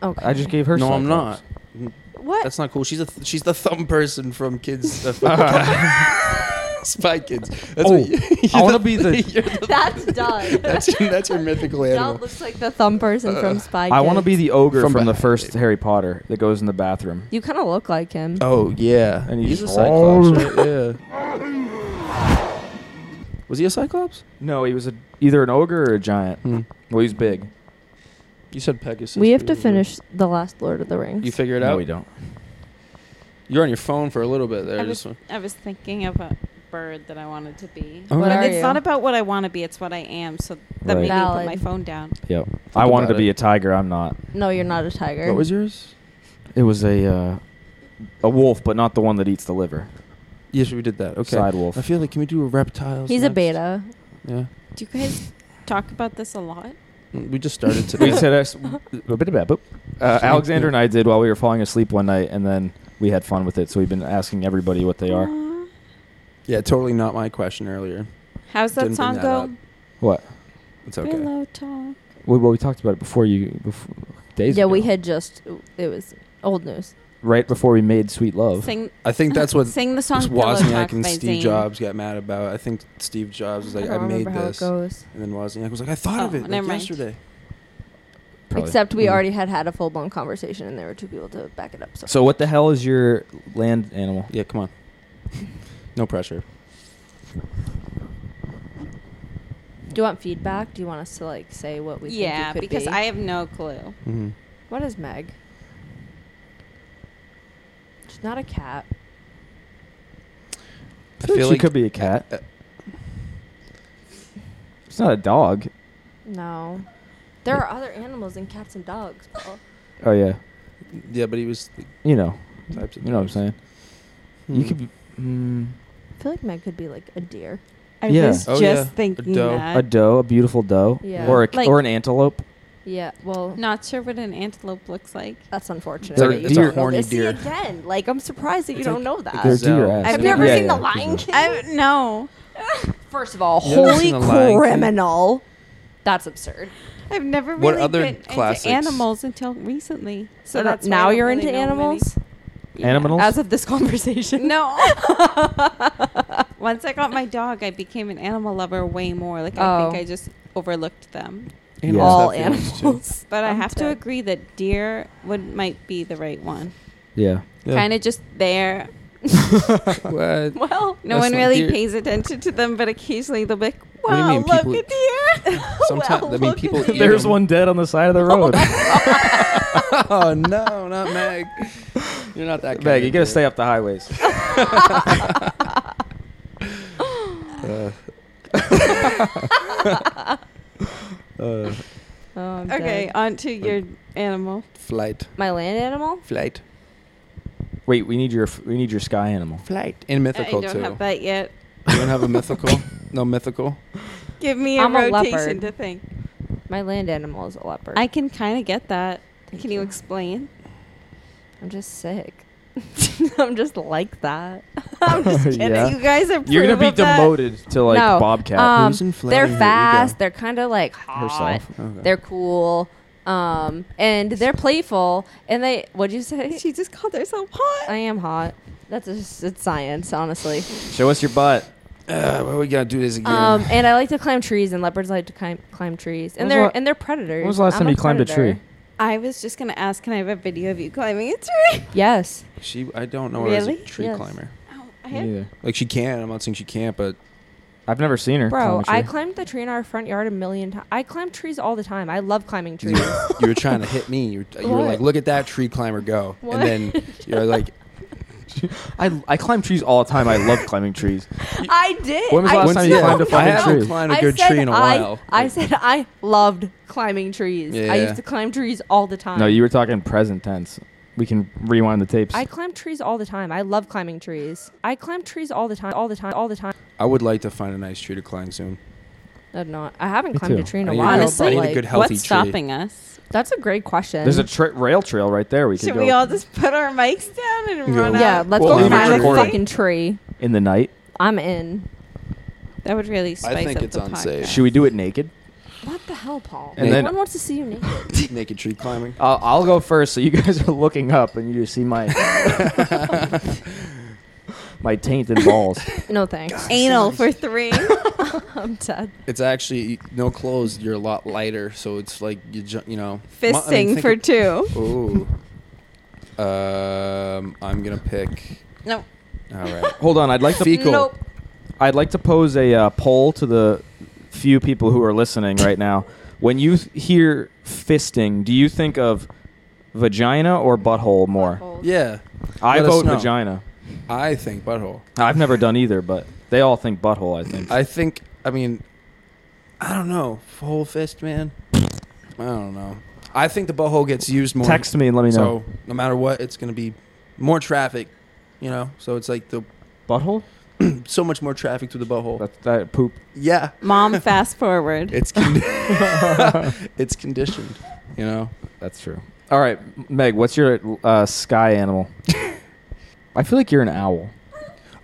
Speaker 8: Okay.
Speaker 6: I just gave her.
Speaker 7: no, I'm
Speaker 6: Cyclops.
Speaker 7: not.
Speaker 9: What?
Speaker 7: That's not cool. She's a th- she's the thumb person from Kids. Spy Kids. That's
Speaker 6: Oh,
Speaker 7: what you-
Speaker 6: I
Speaker 7: you're
Speaker 6: want to be the.
Speaker 7: you're the-
Speaker 8: That's done.
Speaker 7: that's your, that's your mythical
Speaker 8: Dot
Speaker 7: animal. Uh,
Speaker 8: looks like the thumb person from Spy.
Speaker 6: I want to
Speaker 8: Kids.
Speaker 6: be the ogre
Speaker 7: From
Speaker 6: from, the
Speaker 7: behind,
Speaker 6: first
Speaker 7: baby.
Speaker 6: Harry Potter that goes in the bathroom.
Speaker 8: You kind of look like him.
Speaker 7: Oh yeah,
Speaker 6: And
Speaker 7: and
Speaker 6: he's
Speaker 7: he's, a Cyclops.
Speaker 6: old.
Speaker 7: right? Yeah. Was he a Cyclops?
Speaker 6: Hmm. No, he was a, either an ogre or a giant. Well, he's big.
Speaker 7: You said Pegasus.
Speaker 8: We have to
Speaker 7: were-
Speaker 8: finish the last Lord of the Rings.
Speaker 7: You figure it
Speaker 6: No,
Speaker 7: out.
Speaker 6: we don't.
Speaker 7: You're on your phone for a little bit there.
Speaker 9: I
Speaker 7: Just
Speaker 9: was, I was thinking of a bird that I wanted to be.
Speaker 7: Okay.
Speaker 8: What
Speaker 9: But
Speaker 8: are
Speaker 9: it's
Speaker 8: you?
Speaker 9: not about what I want to be, it's what I am. So that
Speaker 6: Right.
Speaker 9: made
Speaker 8: Valid.
Speaker 9: me put my phone down.
Speaker 6: Yep. I wanted to
Speaker 7: about
Speaker 6: be
Speaker 7: it.
Speaker 6: a tiger. I'm not.
Speaker 8: no, you're not a tiger.
Speaker 7: what was yours?
Speaker 6: It was a uh, a wolf, but not the one that eats the liver.
Speaker 7: Yes, we did that. Okay.
Speaker 6: Side wolf.
Speaker 7: I feel like can we do a reptiles?
Speaker 8: He's a
Speaker 7: next?
Speaker 8: beta.
Speaker 7: Yeah.
Speaker 9: Do you guys talk about this a lot?
Speaker 7: Mm, We just started today.
Speaker 6: we said us a bit about boop. Uh, Alexander and I did while we were falling asleep one night, and then we had fun with it. So we've been asking everybody what they are.
Speaker 9: Aw.
Speaker 7: yeah, totally not my question earlier.
Speaker 9: How's that
Speaker 7: Didn't bring
Speaker 9: song
Speaker 7: that up.
Speaker 9: go?
Speaker 6: What?
Speaker 7: It's okay.
Speaker 9: Pillow talk.
Speaker 6: We, well, we talked about it before you, before, days
Speaker 8: yeah, we
Speaker 6: ago.
Speaker 8: had just it was old news.
Speaker 6: right before we made Sweet Love.
Speaker 9: Sing,
Speaker 7: I think that's what
Speaker 9: sing the song
Speaker 7: was
Speaker 9: Pillow Talk
Speaker 7: Wozniak and
Speaker 9: by
Speaker 7: Steve
Speaker 9: Zayn.
Speaker 7: Jobs got mad about. I think Steve Jobs was like, I,
Speaker 8: don't
Speaker 7: made
Speaker 8: remember how
Speaker 7: this,
Speaker 8: it goes.
Speaker 7: and then Wozniak was like, I thought of
Speaker 9: Oh,
Speaker 7: it like
Speaker 9: never mind.
Speaker 7: yesterday.
Speaker 6: Probably.
Speaker 8: Except we
Speaker 7: Mm-hmm.
Speaker 6: Mhm.
Speaker 8: already had had a full blown conversation, and there were two people to back it up. So,
Speaker 6: So what the hell is your land animal?
Speaker 7: Yeah, come on. No pressure.
Speaker 8: do you want feedback? Do you want us to like say what we?
Speaker 9: Yeah,
Speaker 8: think you could
Speaker 9: because
Speaker 8: be?
Speaker 9: I have no clue.
Speaker 7: Mm-hmm.
Speaker 8: What is Meg? She's not a cat.
Speaker 7: I
Speaker 6: she could be a cat. uh, It's not a dog.
Speaker 8: No, there are other animals than cats and dogs. Paul.
Speaker 6: Oh yeah,
Speaker 7: Yeah, but he was the
Speaker 6: you know,
Speaker 7: types of
Speaker 6: you know what I'm saying. You
Speaker 7: Hmm.
Speaker 6: could be mm,
Speaker 8: I feel like Meg could be like a deer.
Speaker 9: I
Speaker 6: Yeah.
Speaker 9: was
Speaker 7: Oh,
Speaker 9: just
Speaker 7: yeah.
Speaker 9: thinking
Speaker 7: A doe.
Speaker 9: that.
Speaker 6: a doe, a beautiful doe,
Speaker 8: Yeah.
Speaker 6: or a,
Speaker 9: Like-
Speaker 6: or an antelope.
Speaker 8: Yeah, well,
Speaker 9: Not sure what an antelope looks like.
Speaker 8: that's unfortunate.
Speaker 7: It's like
Speaker 8: that you
Speaker 7: it's a
Speaker 8: don't know
Speaker 7: horny
Speaker 8: this. See,
Speaker 7: deer.
Speaker 8: again, like I'm surprised that you don't know that.
Speaker 6: They're
Speaker 7: Gazelle.
Speaker 6: deer ass.
Speaker 8: I've never
Speaker 6: Yeah,
Speaker 8: seen
Speaker 6: yeah,
Speaker 8: The Lion
Speaker 6: gazelle.
Speaker 8: King.
Speaker 9: I no.
Speaker 8: First of all,
Speaker 7: You ever
Speaker 8: holy
Speaker 7: seen The Lion King?
Speaker 8: criminal. That's absurd.
Speaker 9: I've never
Speaker 7: What
Speaker 9: really
Speaker 7: other
Speaker 9: been
Speaker 7: classics?
Speaker 9: into animals until recently. So
Speaker 8: So
Speaker 9: that's
Speaker 8: that's
Speaker 9: why I
Speaker 8: now
Speaker 9: don't
Speaker 8: you're
Speaker 9: really
Speaker 8: into
Speaker 9: know many.
Speaker 8: animals
Speaker 9: Yeah.
Speaker 6: Animals?
Speaker 8: as of this conversation.
Speaker 9: No. Once I got my dog, I became an animal lover way more. Like I
Speaker 8: Oh.
Speaker 9: think I just overlooked them.
Speaker 6: Yeah.
Speaker 8: all
Speaker 7: have feelings, too.
Speaker 8: animals.
Speaker 9: But i
Speaker 8: I'm
Speaker 9: have to
Speaker 8: dead.
Speaker 9: agree that deer would might be the right one.
Speaker 6: Yeah.
Speaker 7: Yeah.
Speaker 9: Kind of just there.
Speaker 7: What?
Speaker 9: Well, no
Speaker 7: That's
Speaker 9: one
Speaker 7: not
Speaker 9: really
Speaker 7: deer.
Speaker 9: pays attention to them, but occasionally they'll be like,
Speaker 7: What do you
Speaker 9: "Wow,
Speaker 7: mean
Speaker 9: look
Speaker 7: people-
Speaker 9: at deer!"
Speaker 7: Sometimes I mean people. Eat
Speaker 6: There's
Speaker 7: them.
Speaker 6: one dead on the side of the road.
Speaker 7: Oh no, not Meg. You're not that.
Speaker 6: Meg, you gotta stay up the highways.
Speaker 8: Oh, I'm
Speaker 9: okay,
Speaker 8: dead.
Speaker 9: on to your animal.
Speaker 7: Flight,
Speaker 8: My land animal?
Speaker 7: flight,
Speaker 6: Wait, we need your we need your sky animal.
Speaker 7: flight. In
Speaker 9: I
Speaker 7: mythical
Speaker 9: don't
Speaker 7: too.
Speaker 9: have that yet.
Speaker 7: You don't have a mythical? No mythical.
Speaker 9: Give me a
Speaker 8: I'm a
Speaker 9: rotation
Speaker 8: leopard.
Speaker 9: to think.
Speaker 8: My land animal is a leopard.
Speaker 9: I can kind of get that.
Speaker 8: Thank
Speaker 9: can you,
Speaker 8: you.
Speaker 9: explain?
Speaker 8: I'm just sick. I'm just like that. I'm just kidding.
Speaker 6: Yeah.
Speaker 9: You guys are.
Speaker 6: You're gonna be demoted to like
Speaker 8: no.
Speaker 6: bobcat.
Speaker 8: Um,
Speaker 7: Who's inflating
Speaker 8: they're
Speaker 7: her ego?
Speaker 8: fast. They're kind of like hot.
Speaker 6: Herself.
Speaker 7: Okay.
Speaker 8: They're cool. Um, and they're playful. And they, what'd you say?
Speaker 9: She just called herself hot.
Speaker 8: I am hot. That's just, it's science, honestly.
Speaker 6: Show us your butt.
Speaker 7: Uh, well, we gotta do this again.
Speaker 8: Um, and I like to climb trees, and leopards like to climb, climb trees,
Speaker 6: When was
Speaker 8: and
Speaker 6: the
Speaker 8: they're
Speaker 6: la-
Speaker 8: and they're predators.
Speaker 6: When was the last
Speaker 8: I'm
Speaker 6: time you climbed a
Speaker 8: predator.
Speaker 6: tree?
Speaker 9: I was just gonna ask, can I have a video of you climbing a tree?
Speaker 8: Yes.
Speaker 7: she, I don't know her as
Speaker 9: Really?
Speaker 7: a tree
Speaker 8: Yes.
Speaker 7: climber.
Speaker 9: Oh, I
Speaker 6: Me
Speaker 9: have-
Speaker 6: neither.
Speaker 7: Like she can. I'm not saying she can't, but
Speaker 6: I've never seen her.
Speaker 8: Bro,
Speaker 6: climb a
Speaker 8: I
Speaker 6: tree.
Speaker 8: climbed the tree in our front yard a million times. I climb trees all the time. I love climbing
Speaker 7: you,
Speaker 8: trees.
Speaker 7: you were trying to hit me. You were, you were
Speaker 8: What?
Speaker 7: like, look at that tree climber go,
Speaker 8: What?
Speaker 7: and then you're like,
Speaker 6: I I climb trees all the time. I love climbing trees.
Speaker 8: I did.
Speaker 6: When was the
Speaker 8: I,
Speaker 6: last time you
Speaker 8: still-
Speaker 6: climbed a
Speaker 7: I
Speaker 6: fucking
Speaker 7: haven't
Speaker 6: tree?
Speaker 7: climbed a
Speaker 8: I
Speaker 7: good
Speaker 8: said
Speaker 7: tree in a
Speaker 8: I-
Speaker 7: while.
Speaker 8: I said I loved climbing trees. I
Speaker 7: Yeah.
Speaker 8: used to climb trees all the time.
Speaker 6: No, you were talking present tense. We can rewind the tapes.
Speaker 8: I climb trees all the time. I love climbing trees. I climb trees all the time, all the time, all the time.
Speaker 7: I would like to find a nice tree to climb soon.
Speaker 8: I'm not. I haven't
Speaker 6: Me
Speaker 8: climbed
Speaker 6: too.
Speaker 8: a tree in
Speaker 7: I
Speaker 8: a
Speaker 7: need
Speaker 8: while.
Speaker 7: a-
Speaker 8: Honestly,
Speaker 7: I need a
Speaker 8: like,
Speaker 7: good healthy
Speaker 9: What's
Speaker 7: tree.
Speaker 9: stopping us?
Speaker 8: that's a great question.
Speaker 6: There's a tra- rail trail right there. We could
Speaker 9: Should
Speaker 6: go
Speaker 9: we all just put our mics down and
Speaker 7: Go.
Speaker 9: run
Speaker 8: yeah,
Speaker 9: out?
Speaker 8: let's
Speaker 7: Well,
Speaker 8: go
Speaker 7: I'm
Speaker 8: find a
Speaker 7: recording.
Speaker 8: fucking tree.
Speaker 6: in the night.
Speaker 8: I'm in.
Speaker 9: That would really spice
Speaker 7: think
Speaker 9: up
Speaker 7: it's
Speaker 9: the
Speaker 7: unsafe.
Speaker 9: podcast.
Speaker 6: Should we do it naked?
Speaker 8: What the hell, Paul?
Speaker 6: And
Speaker 8: no
Speaker 6: then-
Speaker 8: one wants to see you naked.
Speaker 7: Naked tree climbing.
Speaker 6: I'll, I'll go first, so you guys are looking up and you just see my my taint and balls.
Speaker 8: No thanks.
Speaker 9: Anal for three.
Speaker 8: I'm dead.
Speaker 7: It's actually no clothes. You're a lot lighter, so it's like you, ju- you know, Mu- I
Speaker 9: Fisting
Speaker 7: mean, think
Speaker 9: for
Speaker 7: of-
Speaker 9: two.
Speaker 7: Ooh. um, I'm gonna pick.
Speaker 9: No.
Speaker 7: All right.
Speaker 6: Hold on, I'd like to
Speaker 7: Fecal.
Speaker 9: Nope.
Speaker 6: I'd like to pose a uh, poll to the few people who are listening right now. When you th- hear fisting, do you think of vagina or butthole more?
Speaker 7: Yeah.
Speaker 6: I
Speaker 7: Let us
Speaker 6: vote
Speaker 7: know.
Speaker 6: vagina.
Speaker 7: I think butthole.
Speaker 6: I've never done either, but they all think butthole. I think.
Speaker 7: I think. I mean, I don't know. Whole fist, man. I don't know. I think the butthole gets used more.
Speaker 6: Text me and let me know.
Speaker 7: So no matter what, it's going to be more traffic. You know, so it's like the
Speaker 6: butthole?
Speaker 7: so much more traffic to the butthole.
Speaker 6: That that poop.
Speaker 7: yeah,
Speaker 9: Mom, fast forward.
Speaker 7: it's con- it's conditioned. You know,
Speaker 6: That's true. All right, Meg, what's your uh, sky animal? I feel like you're an owl.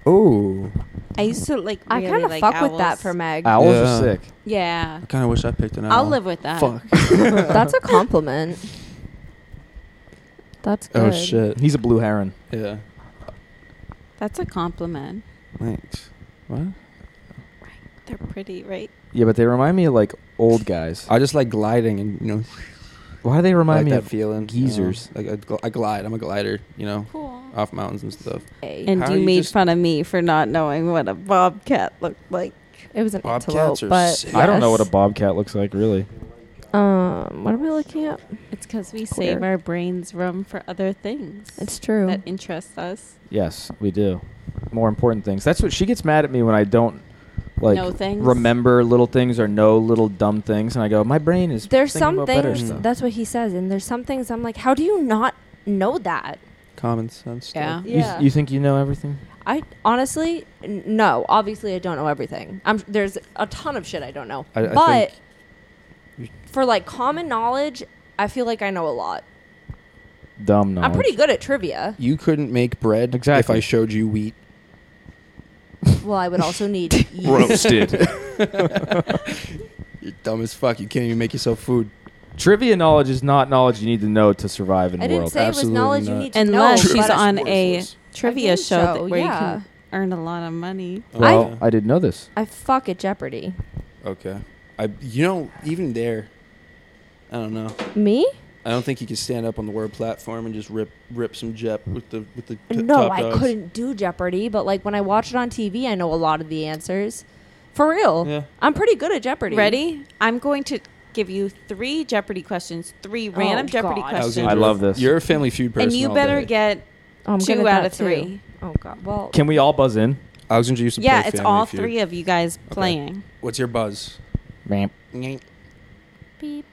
Speaker 7: Oh,
Speaker 9: I used to like.
Speaker 8: I
Speaker 9: really
Speaker 8: kind of
Speaker 9: like
Speaker 8: fuck with that
Speaker 9: owls.
Speaker 8: for Meg.
Speaker 6: Owls
Speaker 7: Yeah.
Speaker 6: are sick.
Speaker 9: Yeah,
Speaker 7: I kind of wish I picked an owl.
Speaker 9: I'll live with that.
Speaker 7: Fuck.
Speaker 8: That's a compliment. That's good.
Speaker 7: Oh shit.
Speaker 6: He's a blue heron.
Speaker 7: Yeah.
Speaker 9: That's a compliment.
Speaker 7: Thanks. What?
Speaker 9: They're pretty, right?
Speaker 6: Yeah, but they remind me of like old guys.
Speaker 7: I just like gliding and you know
Speaker 6: Why do they
Speaker 7: like
Speaker 6: remind me
Speaker 7: that
Speaker 6: of
Speaker 7: feeling. you know?
Speaker 6: geezers?
Speaker 7: Like I, gl- I glide. I'm a glider. You know,
Speaker 9: Cool.
Speaker 7: off mountains and stuff.
Speaker 8: Hey,
Speaker 9: And
Speaker 7: How
Speaker 9: you
Speaker 7: you
Speaker 9: made
Speaker 7: just-
Speaker 9: fun of me for not knowing what a bobcat looked like.
Speaker 8: it was an
Speaker 7: Bobcats
Speaker 8: antelope,
Speaker 7: are
Speaker 8: but
Speaker 7: sick.
Speaker 6: I don't know what a bobcat looks like really.
Speaker 8: um, what are we looking at?
Speaker 9: It's because we
Speaker 8: Queer.
Speaker 9: save our brains room for other things
Speaker 8: It's true.
Speaker 9: that interest us.
Speaker 6: Yes, we do. More important things. That's what she gets mad at me when I don't like
Speaker 9: Know things?
Speaker 6: remember little things or know little dumb things, and I go, my brain is
Speaker 8: there's
Speaker 6: thinking
Speaker 8: some
Speaker 6: about better
Speaker 8: things.
Speaker 6: stuff."
Speaker 8: That's what he says, and there's some things I'm like, how do you not know that?
Speaker 7: Common sense. Stuff.
Speaker 9: Yeah.
Speaker 6: You,
Speaker 8: Yeah.
Speaker 6: you think you know everything?
Speaker 8: I honestly, n- no. Obviously, I don't know everything. I'm there's a ton of shit I don't know.
Speaker 7: I- I
Speaker 8: but
Speaker 7: think
Speaker 8: for like common knowledge, I feel like I know a lot.
Speaker 6: Dumb knowledge.
Speaker 8: I'm pretty good at trivia.
Speaker 7: You couldn't make bread if
Speaker 6: Exactly.
Speaker 7: I showed you wheat.
Speaker 8: Well, I would also need yeast.
Speaker 6: roasted.
Speaker 7: You're dumb as fuck. You can't even make yourself food.
Speaker 6: Trivia knowledge is not knowledge you need to know to survive in the
Speaker 8: I didn't
Speaker 6: world.
Speaker 8: say it was
Speaker 7: Absolutely
Speaker 8: knowledge you
Speaker 7: not.
Speaker 8: need to
Speaker 9: Unless
Speaker 8: know.
Speaker 9: Uh, she's
Speaker 8: but-
Speaker 9: on a
Speaker 7: Sports.
Speaker 9: trivia
Speaker 8: A game
Speaker 9: show,
Speaker 8: show,
Speaker 9: that, where
Speaker 8: yeah.
Speaker 9: you can earn a lot of money.
Speaker 6: well, I didn't know this.
Speaker 8: I fuck at Jeopardy.
Speaker 7: okay. I. You know, even there. I don't know.
Speaker 8: Me?
Speaker 7: I don't think you could stand up on the word platform and just rip rip some jep with the with the. T-
Speaker 8: No,
Speaker 7: top
Speaker 8: I
Speaker 7: dogs.
Speaker 8: couldn't do Jeopardy, but like when I watch it on TV, I know a lot of the answers. For real.
Speaker 7: Yeah.
Speaker 8: I'm pretty good at Jeopardy.
Speaker 9: Ready? I'm going to give you three Jeopardy questions, three random Jeopardy
Speaker 8: God. I
Speaker 7: I, was
Speaker 9: questions.
Speaker 7: gonna
Speaker 6: I
Speaker 7: do
Speaker 6: love
Speaker 7: it.
Speaker 6: this.
Speaker 7: You're a family feud person.
Speaker 9: and you
Speaker 7: all
Speaker 9: better
Speaker 7: day.
Speaker 9: get
Speaker 8: Oh, I'm
Speaker 9: Two
Speaker 8: good at
Speaker 9: out
Speaker 8: that
Speaker 9: of three.
Speaker 8: too. Oh god. Well,
Speaker 6: Can we all buzz in?
Speaker 7: I was introduced to
Speaker 9: yeah.
Speaker 7: play
Speaker 9: It's
Speaker 7: Family
Speaker 9: all
Speaker 7: Feud.
Speaker 9: three of you guys playing.
Speaker 7: What's your buzz?
Speaker 6: Ramp.
Speaker 8: beep.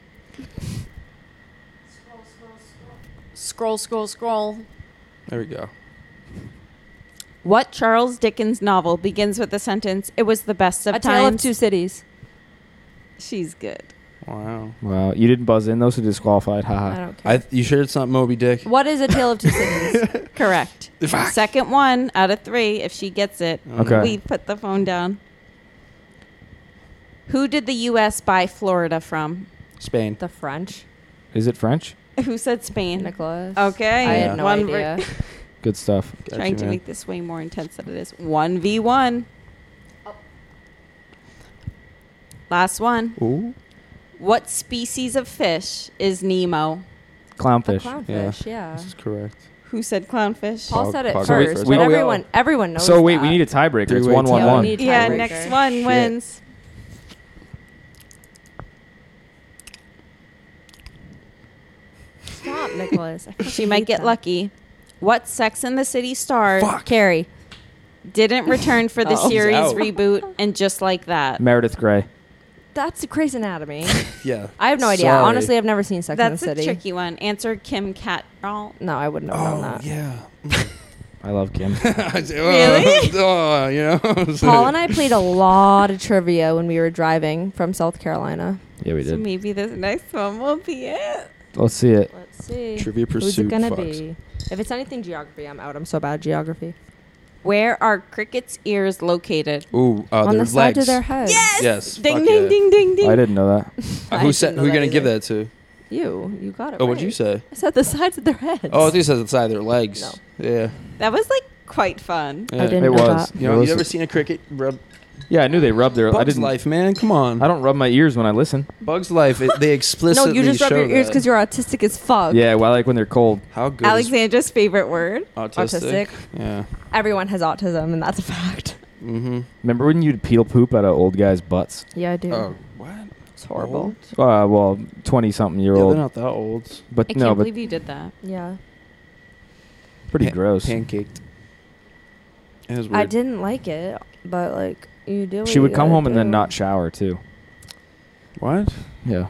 Speaker 9: Scroll, scroll, scroll.
Speaker 7: There we go.
Speaker 9: What Charles Dickens novel begins with the sentence "It was the best of
Speaker 8: A
Speaker 9: times"?
Speaker 8: Tale of Two Cities.
Speaker 9: She's good.
Speaker 7: Wow.
Speaker 6: Wow, you didn't buzz in. Those are disqualified.
Speaker 8: I
Speaker 6: Haha.
Speaker 8: don't care.
Speaker 7: I, you sure it's not Moby Dick?
Speaker 8: what is A Tale of Two Cities?
Speaker 9: Correct.
Speaker 7: Fuck.
Speaker 9: Second one out of three. If she gets it,
Speaker 7: Uh,
Speaker 6: Okay.
Speaker 9: we put the phone down. Who did the U.S. buy Florida from?
Speaker 7: Spain.
Speaker 8: the French.
Speaker 6: Is it French?
Speaker 9: Who said Spain?
Speaker 8: Nicholas.
Speaker 9: Okay.
Speaker 8: I
Speaker 7: Yeah.
Speaker 8: had no
Speaker 9: One ver-
Speaker 8: idea.
Speaker 6: Good stuff.
Speaker 7: Gotcha,
Speaker 9: Trying to
Speaker 7: man.
Speaker 9: make this way more intense than it is. One v one. Last one.
Speaker 7: Ooh.
Speaker 9: What species of fish is Nemo?
Speaker 8: A
Speaker 6: Clownfish.
Speaker 8: clownfish, yeah.
Speaker 7: This is correct.
Speaker 9: Who said clownfish?
Speaker 8: Paul
Speaker 7: Pog-
Speaker 8: said it
Speaker 7: pog-
Speaker 6: So we-
Speaker 8: first,
Speaker 6: we-
Speaker 8: but
Speaker 6: we-
Speaker 8: everyone everyone knows.
Speaker 6: So wait,
Speaker 8: that.
Speaker 6: we need a tiebreaker. It's
Speaker 7: Three-way
Speaker 6: one one
Speaker 7: tie.
Speaker 8: Yeah,
Speaker 6: one.
Speaker 8: we need a
Speaker 9: yeah,
Speaker 8: tiebreaker.
Speaker 9: next one
Speaker 7: Shit.
Speaker 9: wins.
Speaker 8: Stop, Nicholas. I
Speaker 9: She
Speaker 8: fucking
Speaker 9: might
Speaker 8: hate
Speaker 9: get
Speaker 8: that.
Speaker 9: lucky. What Sex and the City star
Speaker 8: Carrie.
Speaker 9: didn't return for the
Speaker 8: Oh. She's
Speaker 9: series
Speaker 7: out.
Speaker 9: reboot and just like that?
Speaker 6: Meredith Grey.
Speaker 8: That's Grey's Anatomy.
Speaker 7: Yeah.
Speaker 8: I have no idea.
Speaker 7: Sorry.
Speaker 8: Honestly, I've never seen Sex and the
Speaker 9: That's a
Speaker 8: City.
Speaker 9: tricky one. Answer Kim Cattrall.
Speaker 8: No, I wouldn't have known
Speaker 7: Oh
Speaker 8: that.
Speaker 7: yeah.
Speaker 6: I love Kim.
Speaker 7: really? Oh, you know.
Speaker 8: Paul and I played a lot of trivia when we were driving from South Carolina.
Speaker 6: yeah, we
Speaker 9: So
Speaker 6: did.
Speaker 9: maybe this next one will be it.
Speaker 6: Let's see it.
Speaker 8: Let's see.
Speaker 7: Trivia
Speaker 8: Who's
Speaker 7: Pursuit
Speaker 8: it gonna
Speaker 7: fucks.
Speaker 8: be? If it's anything geography, I'm out. I'm so bad at geography.
Speaker 9: Where are crickets' ears located?
Speaker 7: Ooh, uh,
Speaker 8: On
Speaker 7: their legs.
Speaker 8: the side of their head.
Speaker 9: Yes.
Speaker 7: Yes.
Speaker 9: Ding
Speaker 7: fuck
Speaker 9: ding
Speaker 7: yeah.
Speaker 9: ding ding ding.
Speaker 6: I didn't know that.
Speaker 7: Uh,
Speaker 8: I
Speaker 7: who
Speaker 8: didn't
Speaker 7: said?
Speaker 8: know
Speaker 7: Who you
Speaker 8: that
Speaker 7: gonna give
Speaker 8: either.
Speaker 7: that to?
Speaker 8: You. You got it.
Speaker 7: Oh, what'd you
Speaker 8: right.
Speaker 7: say?
Speaker 8: I said the sides of their heads.
Speaker 7: Oh, I think it says the side of their legs.
Speaker 8: No.
Speaker 7: Yeah.
Speaker 9: That was like quite fun.
Speaker 7: yeah.
Speaker 8: didn't
Speaker 6: It
Speaker 8: know
Speaker 6: was.
Speaker 8: that.
Speaker 7: You
Speaker 6: It
Speaker 7: know,
Speaker 6: was-
Speaker 7: you ever seen a cricket rub
Speaker 6: Yeah, I knew they rubbed their. I
Speaker 7: Bugs
Speaker 6: didn't.
Speaker 7: Life, man? Come on.
Speaker 6: I don't rub my ears when I listen.
Speaker 7: Bugs Life. It, they
Speaker 8: no,
Speaker 7: explicitly
Speaker 8: you just rub
Speaker 7: show
Speaker 8: your ears
Speaker 7: that.
Speaker 8: because you're autistic as fuck.
Speaker 6: Yeah, well, like when they're cold.
Speaker 7: How good is
Speaker 9: Alexandra's favorite word.
Speaker 7: autistic?
Speaker 8: Autistic.
Speaker 7: Yeah.
Speaker 8: Everyone has autism, and that's a fact.
Speaker 7: Mm-hmm.
Speaker 6: Remember when you'd peel poop out of old guys' butts?
Speaker 8: Yeah, I do.
Speaker 7: Oh, what?
Speaker 8: It's horrible.
Speaker 6: Uh, well, twenty something year
Speaker 7: Yeah, they're
Speaker 6: old,
Speaker 7: not that old.
Speaker 9: I
Speaker 6: but
Speaker 9: can't
Speaker 6: no, but
Speaker 9: believe you did that.
Speaker 8: Yeah.
Speaker 6: pretty
Speaker 7: Pan-
Speaker 6: gross.
Speaker 7: Pancaked. It was weird.
Speaker 8: I didn't like it, but like you do. what
Speaker 6: She would
Speaker 8: you
Speaker 6: come
Speaker 8: gotta
Speaker 6: home and then
Speaker 8: do.
Speaker 6: not shower too.
Speaker 7: What?
Speaker 6: Yeah,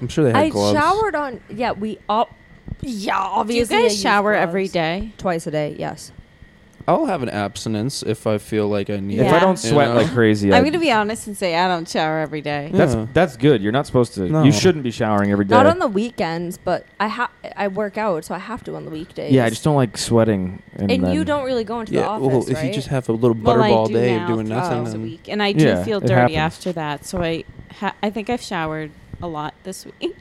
Speaker 7: I'm sure they had
Speaker 8: I
Speaker 7: gloves.
Speaker 8: showered on. Yeah, we all. Yeah,
Speaker 9: Do you
Speaker 8: obviously. I
Speaker 9: guys
Speaker 8: use
Speaker 9: shower
Speaker 8: gloves.
Speaker 9: every day?
Speaker 8: Twice a day. Yes.
Speaker 7: I'll have an abstinence if I feel like I need.
Speaker 9: If
Speaker 6: if
Speaker 9: Yeah.
Speaker 6: I don't sweat
Speaker 7: You know?
Speaker 6: like crazy,
Speaker 9: I'm
Speaker 6: I-
Speaker 9: gonna be honest and say I don't shower every day.
Speaker 6: That's
Speaker 7: Yeah.
Speaker 6: that's good. You're not supposed to.
Speaker 7: No.
Speaker 6: You shouldn't be showering every day.
Speaker 8: Not on the weekends, but I ha- I work out, so I have to on the weekdays.
Speaker 6: yeah, I just don't like sweating. And,
Speaker 8: And you
Speaker 6: then-
Speaker 8: don't really go into the
Speaker 7: Yeah.
Speaker 8: office,
Speaker 7: Well, if
Speaker 8: right?
Speaker 7: you just have a little
Speaker 9: Well, I
Speaker 7: butterball
Speaker 9: do
Speaker 7: day
Speaker 9: now
Speaker 7: of doing
Speaker 9: three
Speaker 7: nothing,
Speaker 9: times a
Speaker 7: then-
Speaker 9: week, and I do
Speaker 6: Yeah,
Speaker 9: feel
Speaker 6: it
Speaker 9: dirty
Speaker 6: happens.
Speaker 9: after that. So I, ha- I think I've showered a lot this week,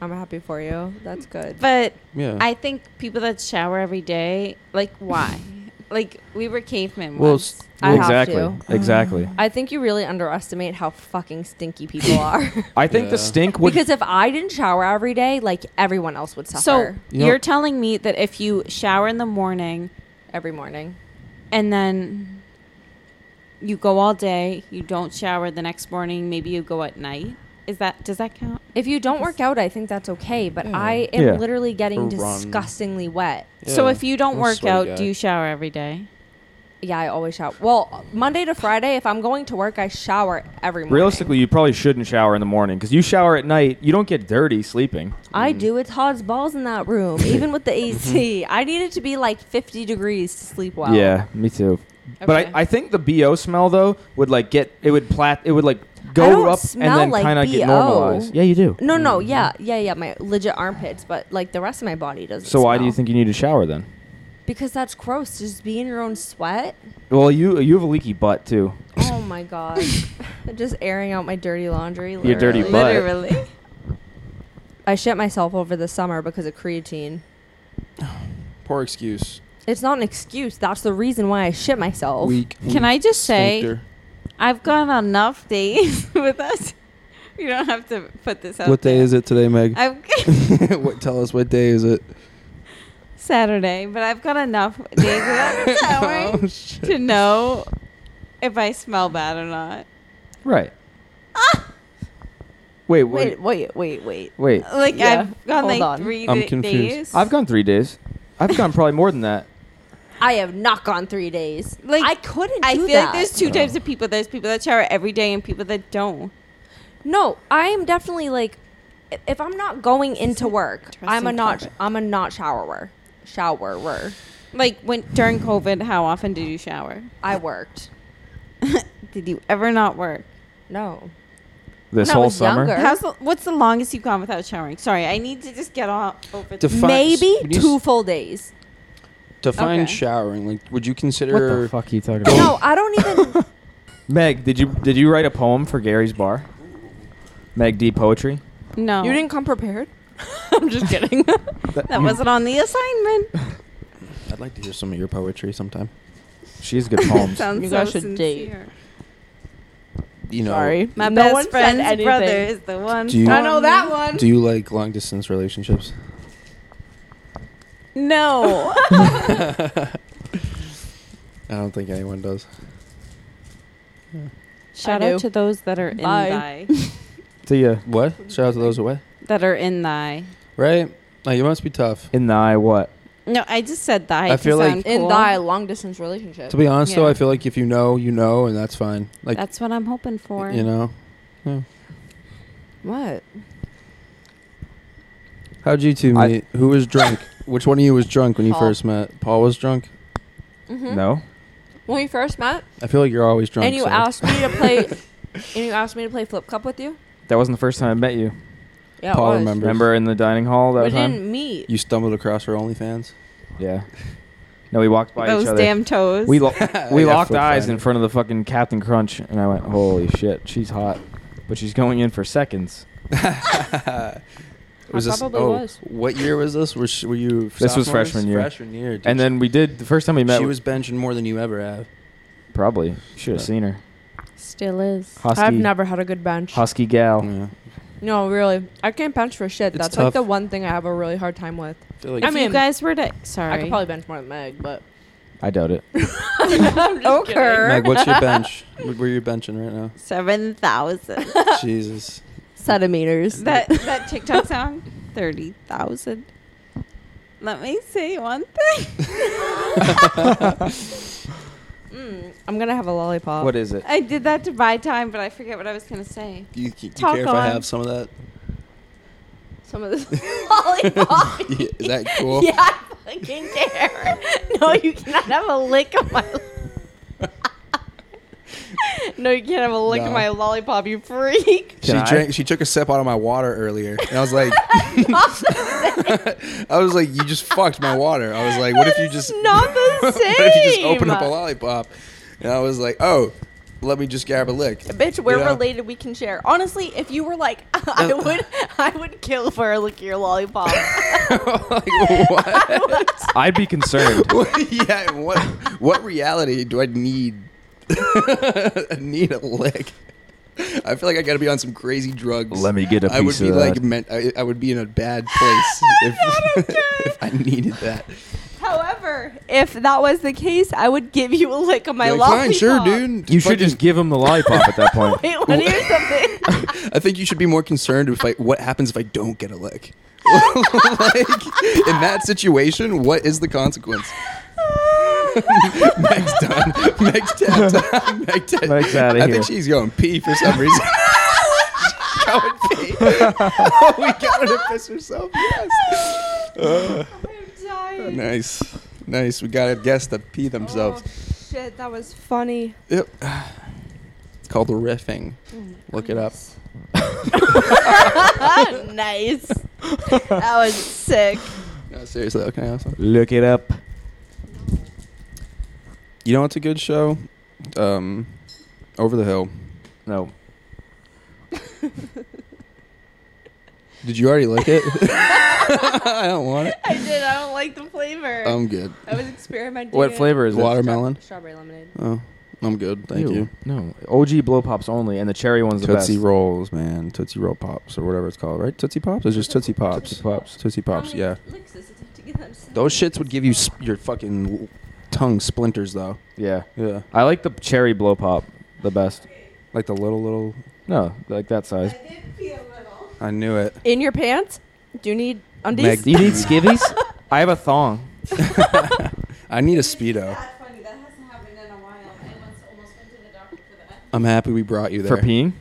Speaker 8: I'm happy for you. That's good.
Speaker 9: but
Speaker 7: yeah.
Speaker 9: I think people that shower every day, like why? like we were cavemen.
Speaker 7: Well,
Speaker 9: once.
Speaker 7: s-
Speaker 8: I have
Speaker 6: exactly,
Speaker 8: to.
Speaker 6: exactly.
Speaker 8: I think you really underestimate how fucking stinky people are.
Speaker 6: I think
Speaker 7: Yeah.
Speaker 6: the stink would.
Speaker 8: because if I didn't shower every day, like everyone else would
Speaker 9: so
Speaker 8: suffer
Speaker 7: You know-
Speaker 9: you're telling me that if you shower in the morning
Speaker 8: every morning.
Speaker 9: and then you go all day, you don't shower the next morning, maybe you go at night. Is that does that count?
Speaker 8: If you don't work out, I think that's okay. But
Speaker 7: Yeah.
Speaker 8: I am
Speaker 6: Yeah.
Speaker 8: literally getting
Speaker 7: Or run.
Speaker 8: disgustingly wet.
Speaker 9: So
Speaker 7: Yeah.
Speaker 9: if you don't
Speaker 7: I'm a
Speaker 9: work
Speaker 7: sweaty
Speaker 9: out,
Speaker 7: guy.
Speaker 9: do you shower every day?
Speaker 8: Yeah, I always shower. Well, Monday to Friday, if I'm going to work, I shower every morning.
Speaker 6: Realistically, you probably shouldn't shower in the morning because you shower at night. You don't get dirty sleeping.
Speaker 8: I do. It's hot as balls in that room, even with the AC.
Speaker 7: Mm-hmm.
Speaker 8: I need it to be like 50 degrees to sleep well.
Speaker 6: Yeah, me too. But
Speaker 9: Okay.
Speaker 6: I, I think the bo smell though would like get it would plat it would like
Speaker 8: I
Speaker 6: go
Speaker 8: don't
Speaker 6: up and
Speaker 8: smell
Speaker 6: then
Speaker 8: like
Speaker 6: kind of get
Speaker 8: BO.
Speaker 6: normalized. Yeah, you do.
Speaker 8: No, no, yeah, yeah, yeah. My legit armpits, but like the rest of my body doesn't.
Speaker 6: So why do you
Speaker 8: smell.
Speaker 6: think you need to shower then?
Speaker 8: Because that's gross. to Just be in your own sweat.
Speaker 6: Well, you you have a leaky butt too.
Speaker 8: Oh my god. Just airing out my dirty laundry.
Speaker 6: Your dirty
Speaker 8: literally.
Speaker 6: butt.
Speaker 9: Literally.
Speaker 8: I shit myself over the summer because of creatine.
Speaker 7: poor excuse.
Speaker 8: It's not an excuse. That's the reason why I shit myself.
Speaker 7: Weak.
Speaker 9: Oh. Can
Speaker 7: weak
Speaker 9: I just say-
Speaker 7: sphincter.
Speaker 9: I've gone on enough days with us. You don't have to put this out.
Speaker 7: What day is it today, Meg?
Speaker 9: I've
Speaker 7: what, tell us what day is it?
Speaker 9: Saturday, but I've got enough days without showering
Speaker 7: Oh, shit.
Speaker 9: to know if I smell bad or not.
Speaker 6: Right. Wait, wait,
Speaker 8: Ah! wait, wait, wait, wait.
Speaker 6: wait.
Speaker 9: Like
Speaker 8: Yeah,
Speaker 9: I've gone
Speaker 8: hold
Speaker 9: like
Speaker 8: on.
Speaker 9: 3
Speaker 7: I'm
Speaker 9: da-
Speaker 7: confused.
Speaker 9: days.
Speaker 6: I've gone three days. I've gone probably more than that.
Speaker 8: I have not gone three days.
Speaker 9: Like,
Speaker 8: I couldn't.
Speaker 9: I
Speaker 8: do
Speaker 9: feel
Speaker 8: that.
Speaker 9: like there's
Speaker 7: Oh.
Speaker 9: two types of people. There's people that shower every day and people that don't.
Speaker 8: No, I am definitely like, i- if I'm not going into work, I'm a
Speaker 9: interesting
Speaker 8: not.
Speaker 9: topic.
Speaker 8: I'm a not showerer. Showerer.
Speaker 9: Like when during COVID, how often did you shower?
Speaker 8: I worked.
Speaker 9: Did you ever not work?
Speaker 8: No.
Speaker 6: This
Speaker 8: When I
Speaker 6: whole
Speaker 8: was
Speaker 6: summer.
Speaker 8: younger.
Speaker 9: How's the, what's the longest you've gone without showering? Sorry, I need to just get all over.
Speaker 7: Def- Fine,
Speaker 8: Maybe
Speaker 7: we need
Speaker 8: two
Speaker 7: s-
Speaker 8: full days.
Speaker 7: Define
Speaker 9: Okay.
Speaker 7: showering. Like, would you consider?
Speaker 6: What the fuck are you talking about?
Speaker 8: No, I don't even.
Speaker 6: Oh, Meg, did you did you write a poem for Gary's bar? Meg D poetry.
Speaker 9: no,
Speaker 8: you didn't come prepared.
Speaker 9: I'm just kidding. that
Speaker 6: you-
Speaker 9: wasn't on the
Speaker 7: Oh,
Speaker 9: assignment.
Speaker 7: I'd like to hear some of your poetry sometime.
Speaker 6: She has good poems.
Speaker 9: Sounds
Speaker 8: You
Speaker 9: so
Speaker 8: guys should date.
Speaker 9: sincere.
Speaker 7: You know.
Speaker 9: My
Speaker 8: No one
Speaker 9: best
Speaker 8: said
Speaker 9: friend's
Speaker 8: anything.
Speaker 9: brother is the one.
Speaker 7: Do you-
Speaker 9: for
Speaker 7: I
Speaker 9: me.
Speaker 8: one.
Speaker 7: Do you like long distance relationships?
Speaker 9: No.
Speaker 7: I don't think anyone does.
Speaker 9: Shout
Speaker 8: I
Speaker 9: out
Speaker 8: do.
Speaker 9: to those that are in
Speaker 8: Bye.
Speaker 9: thy.
Speaker 6: to you
Speaker 7: What? Shout out to those away.
Speaker 9: that are in thy.
Speaker 7: Right? Like, it must be tough.
Speaker 6: in the eye. What?
Speaker 9: No, I just said thy.
Speaker 7: I
Speaker 9: to
Speaker 7: feel like-
Speaker 9: sound
Speaker 8: In
Speaker 9: cool.
Speaker 8: thy long distance relationship.
Speaker 7: To be honest, though,
Speaker 9: Yeah.
Speaker 7: I feel like if you know, you know, and that's fine. Like,
Speaker 9: That's what I'm hoping for.
Speaker 7: you know.
Speaker 8: What?
Speaker 7: How'd you two
Speaker 6: I-
Speaker 7: meet? Who was drunk? Which one of you was drunk when you
Speaker 8: Paul.
Speaker 7: first met? Paul was drunk.
Speaker 9: Hmm?
Speaker 6: No.
Speaker 8: Mm-hmm. When we first met,
Speaker 7: I feel like you're always drunk.
Speaker 8: and you
Speaker 7: so-
Speaker 8: asked me to play, and you asked me to play flip cup with you.
Speaker 6: That wasn't the first time I met you.
Speaker 8: Yeah, it
Speaker 7: Paul
Speaker 8: was.
Speaker 7: remembers.
Speaker 6: Remember in the dining hall that
Speaker 8: We
Speaker 6: time?
Speaker 8: didn't meet.
Speaker 7: You stumbled across her OnlyFans.
Speaker 6: Yeah. No, we walked by
Speaker 9: Those
Speaker 6: each other.
Speaker 9: damn toes.
Speaker 6: we lo- we
Speaker 7: Yeah,
Speaker 6: locked
Speaker 7: flip
Speaker 6: eyes
Speaker 7: side.
Speaker 6: in front of the fucking Captain Crunch, and I went, "Holy shit, she's hot," but she's going in for seconds.
Speaker 7: Uh, was this,
Speaker 8: probably
Speaker 7: oh,
Speaker 8: was.
Speaker 7: What year was this? Were, sh- were you?
Speaker 6: This was
Speaker 7: sophomores?
Speaker 6: freshman year.
Speaker 7: Freshman year. dude.
Speaker 6: And then we did the first time we met.
Speaker 7: she was benching more than you ever have.
Speaker 6: probably should have
Speaker 7: Yeah.
Speaker 6: seen her.
Speaker 9: Still is.
Speaker 6: Husky,
Speaker 8: I've never had a good bench.
Speaker 6: husky gal.
Speaker 7: Yeah.
Speaker 8: No, really. I can't bench for shit.
Speaker 7: It's
Speaker 8: That's
Speaker 7: tough.
Speaker 8: like the one thing I have a really hard time with.
Speaker 7: I feel like
Speaker 9: If
Speaker 8: I mean-
Speaker 9: you guys were to. Sorry.
Speaker 8: I could probably bench more than Meg, but
Speaker 6: I doubt it.
Speaker 8: Ochre.
Speaker 7: Meg, what's your bench? What were you benching right now?
Speaker 9: Seven thousand.
Speaker 7: Jesus.
Speaker 8: Centimeters.
Speaker 9: that that TikTok song? Thirty thousand. Let me say one thing.
Speaker 8: I'm gonna have a lollipop.
Speaker 6: What is it?
Speaker 9: I did that to buy time, but I forget what I was gonna say.
Speaker 7: Do you, do you
Speaker 9: Talk
Speaker 7: care if I
Speaker 9: on.
Speaker 7: have some of that?
Speaker 8: Some of this lollipop.
Speaker 7: Yeah, Is that cool?
Speaker 8: yeah, I fucking care. No, you cannot have a lick of my. no, you can't have a lick of
Speaker 7: No.
Speaker 8: my lollipop, you freak.
Speaker 7: She
Speaker 6: Can I?
Speaker 7: drank. She took a sip out of my water earlier, and I was like, I was like, you just fucked my water. I was like, what if you just
Speaker 8: Not the
Speaker 7: what
Speaker 8: same.
Speaker 7: if you just open up a lollipop? And I was like, oh, let me just grab a lick.
Speaker 8: Bitch, we're
Speaker 7: You know?
Speaker 8: related. We can share. Honestly, if you were like,
Speaker 7: Uh,
Speaker 8: I would, I would kill for a lick of your lollipop.
Speaker 7: like, what?
Speaker 6: I'd be concerned.
Speaker 7: yeah. What? What reality do I need? I need a lick. I feel like I got to be on some crazy drugs.
Speaker 6: Let me get a
Speaker 7: I would
Speaker 6: piece
Speaker 7: be
Speaker 6: of
Speaker 7: like,
Speaker 6: that.
Speaker 7: meant, I, I would be in a bad place if, if I needed that.
Speaker 8: However, if that was the case, I would give you a lick of my
Speaker 7: You're like,
Speaker 8: lollipop.
Speaker 7: Fine, sure, dude.
Speaker 6: You should just
Speaker 7: Fucking-
Speaker 6: give him the lollipop at that point.
Speaker 8: Wait, what is something?
Speaker 7: I think you should be more concerned with like what happens if I don't get a lick. like in that situation, what is the consequence? Meg's done. Meg's tapped out. Meg tapped.
Speaker 6: Meg's outta
Speaker 7: I
Speaker 6: here.
Speaker 7: think she's going pee for some reason. She's going pee. oh, we got her to piss herself. Yes. Nice. Nice. We got a guest to pee themselves.
Speaker 8: Oh, Shit, that was funny.
Speaker 7: Yep. It's called riffing. Look it up.
Speaker 8: nice. That was sick.
Speaker 7: No, seriously, though, can I have some?
Speaker 6: Look it up.
Speaker 7: You know what's a good show? Um, Over the Hill.
Speaker 6: No.
Speaker 7: Did you already lick it? I don't want it.
Speaker 8: I did. I don't like the flavor.
Speaker 7: I'm good.
Speaker 8: I was experimenting.
Speaker 6: What flavor is it?
Speaker 7: Watermelon.
Speaker 8: Strawberry lemonade.
Speaker 7: Oh, I'm good. Thank
Speaker 6: Ew,
Speaker 7: you.
Speaker 6: No. OG blow pops only, and the cherry one's the
Speaker 7: Tootsie
Speaker 6: best.
Speaker 7: Rolls, man. Tootsie Roll Pops or whatever it's called, right? Tootsie Pops? It's just Tootsie Pops. Tootsie Pops. Tootsie
Speaker 8: Um,
Speaker 7: Pops, yeah. Those shits would give you sp- your fucking tongue splinters, though.
Speaker 6: Yeah.
Speaker 7: Yeah.
Speaker 6: I like the cherry blow pop the best.
Speaker 7: Like the little, little.
Speaker 6: No, like that size.
Speaker 7: I knew it.
Speaker 8: In your pants? Do you need undies?
Speaker 7: Meg,
Speaker 6: Do you need skivvies? I have a thong.
Speaker 7: I need a Speedo.
Speaker 9: funny. That hasn't happened in a while. I once almost went to the doctor for that.
Speaker 7: I'm happy we brought you there.
Speaker 6: For peeing?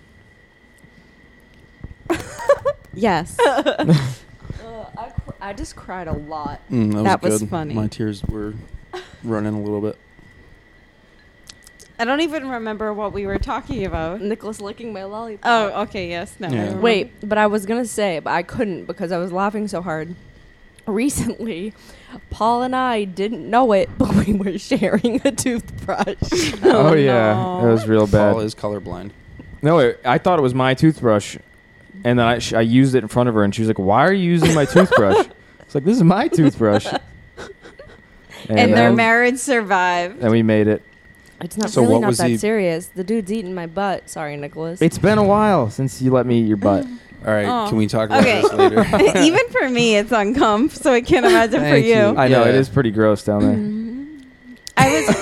Speaker 9: Yes.
Speaker 8: Uh, I, cr- I just cried a lot.
Speaker 7: Mm, that,
Speaker 9: That
Speaker 7: was,
Speaker 9: was
Speaker 7: good.
Speaker 9: funny.
Speaker 7: My tears were running a little bit.
Speaker 9: I don't even remember what we were talking about.
Speaker 8: Nicholas licking my lollipop.
Speaker 9: Oh, okay. Yes. No. I
Speaker 7: Yeah.
Speaker 9: remember.
Speaker 8: Wait, but I was gonna say, but I couldn't because I was laughing so hard. Recently, Paul and I didn't know it, but we were sharing a toothbrush.
Speaker 6: Oh, yeah.
Speaker 9: no.
Speaker 6: That was real bad.
Speaker 7: Paul is colorblind.
Speaker 6: No, it, I thought it was my toothbrush, and then I, sh- I used it in front of her, and she was like, "Why are you using my toothbrush?" It's like this is my toothbrush. And,
Speaker 9: And their
Speaker 6: then-
Speaker 7: um,
Speaker 9: marriage survived.
Speaker 6: And we made it.
Speaker 8: It's not
Speaker 7: So
Speaker 8: really
Speaker 7: what
Speaker 8: not
Speaker 7: was
Speaker 8: that
Speaker 7: he-
Speaker 8: serious. The dude's eating my butt. Sorry, Nicholas.
Speaker 6: It's been a while since you let me eat your butt.
Speaker 7: All right,
Speaker 9: Oh.
Speaker 7: can we talk about
Speaker 9: Okay.
Speaker 7: this later?
Speaker 9: even for me, it's uncomfortable. So I can't imagine for
Speaker 7: Thank
Speaker 9: you. Mm-hmm.
Speaker 7: you.
Speaker 6: I know
Speaker 7: Yeah.
Speaker 6: it is pretty gross down there.
Speaker 9: I was.
Speaker 7: I,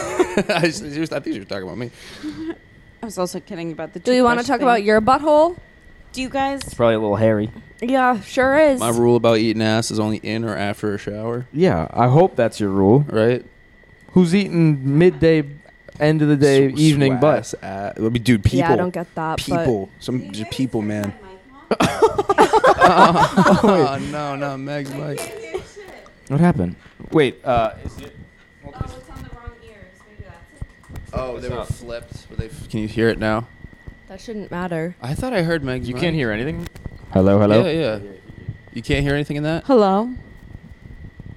Speaker 7: was- I was- I think you were talking about me.
Speaker 9: I was also kidding about the.
Speaker 8: Do you want to
Speaker 9: toothbrush
Speaker 8: talk about
Speaker 9: thing.
Speaker 8: your butthole?
Speaker 9: Do you guys?
Speaker 6: It's probably a little hairy.
Speaker 8: Yeah, sure is.
Speaker 7: My rule about eating ass is only in or after a shower,
Speaker 6: Yeah, I hope that's your rule.
Speaker 7: right?
Speaker 6: Who's eating midday, end of the day,
Speaker 7: Sw-
Speaker 6: evening
Speaker 7: swass
Speaker 6: butt?
Speaker 7: ass. I mean, dude, people.
Speaker 8: yeah, I don't get
Speaker 7: Uh,
Speaker 8: that.
Speaker 7: people. Some just people, man. oh no, no, Meg's mic.
Speaker 6: What happened? Wait, uh, is it?
Speaker 7: Oh, they were flipped. Were they f- can you hear it now?
Speaker 8: But that shouldn't matter.
Speaker 7: I thought I heard Meg's.
Speaker 6: You
Speaker 7: mic.
Speaker 6: can't hear anything. Hello, hello.
Speaker 7: Yeah, yeah. You can't hear anything in that.
Speaker 9: Hello.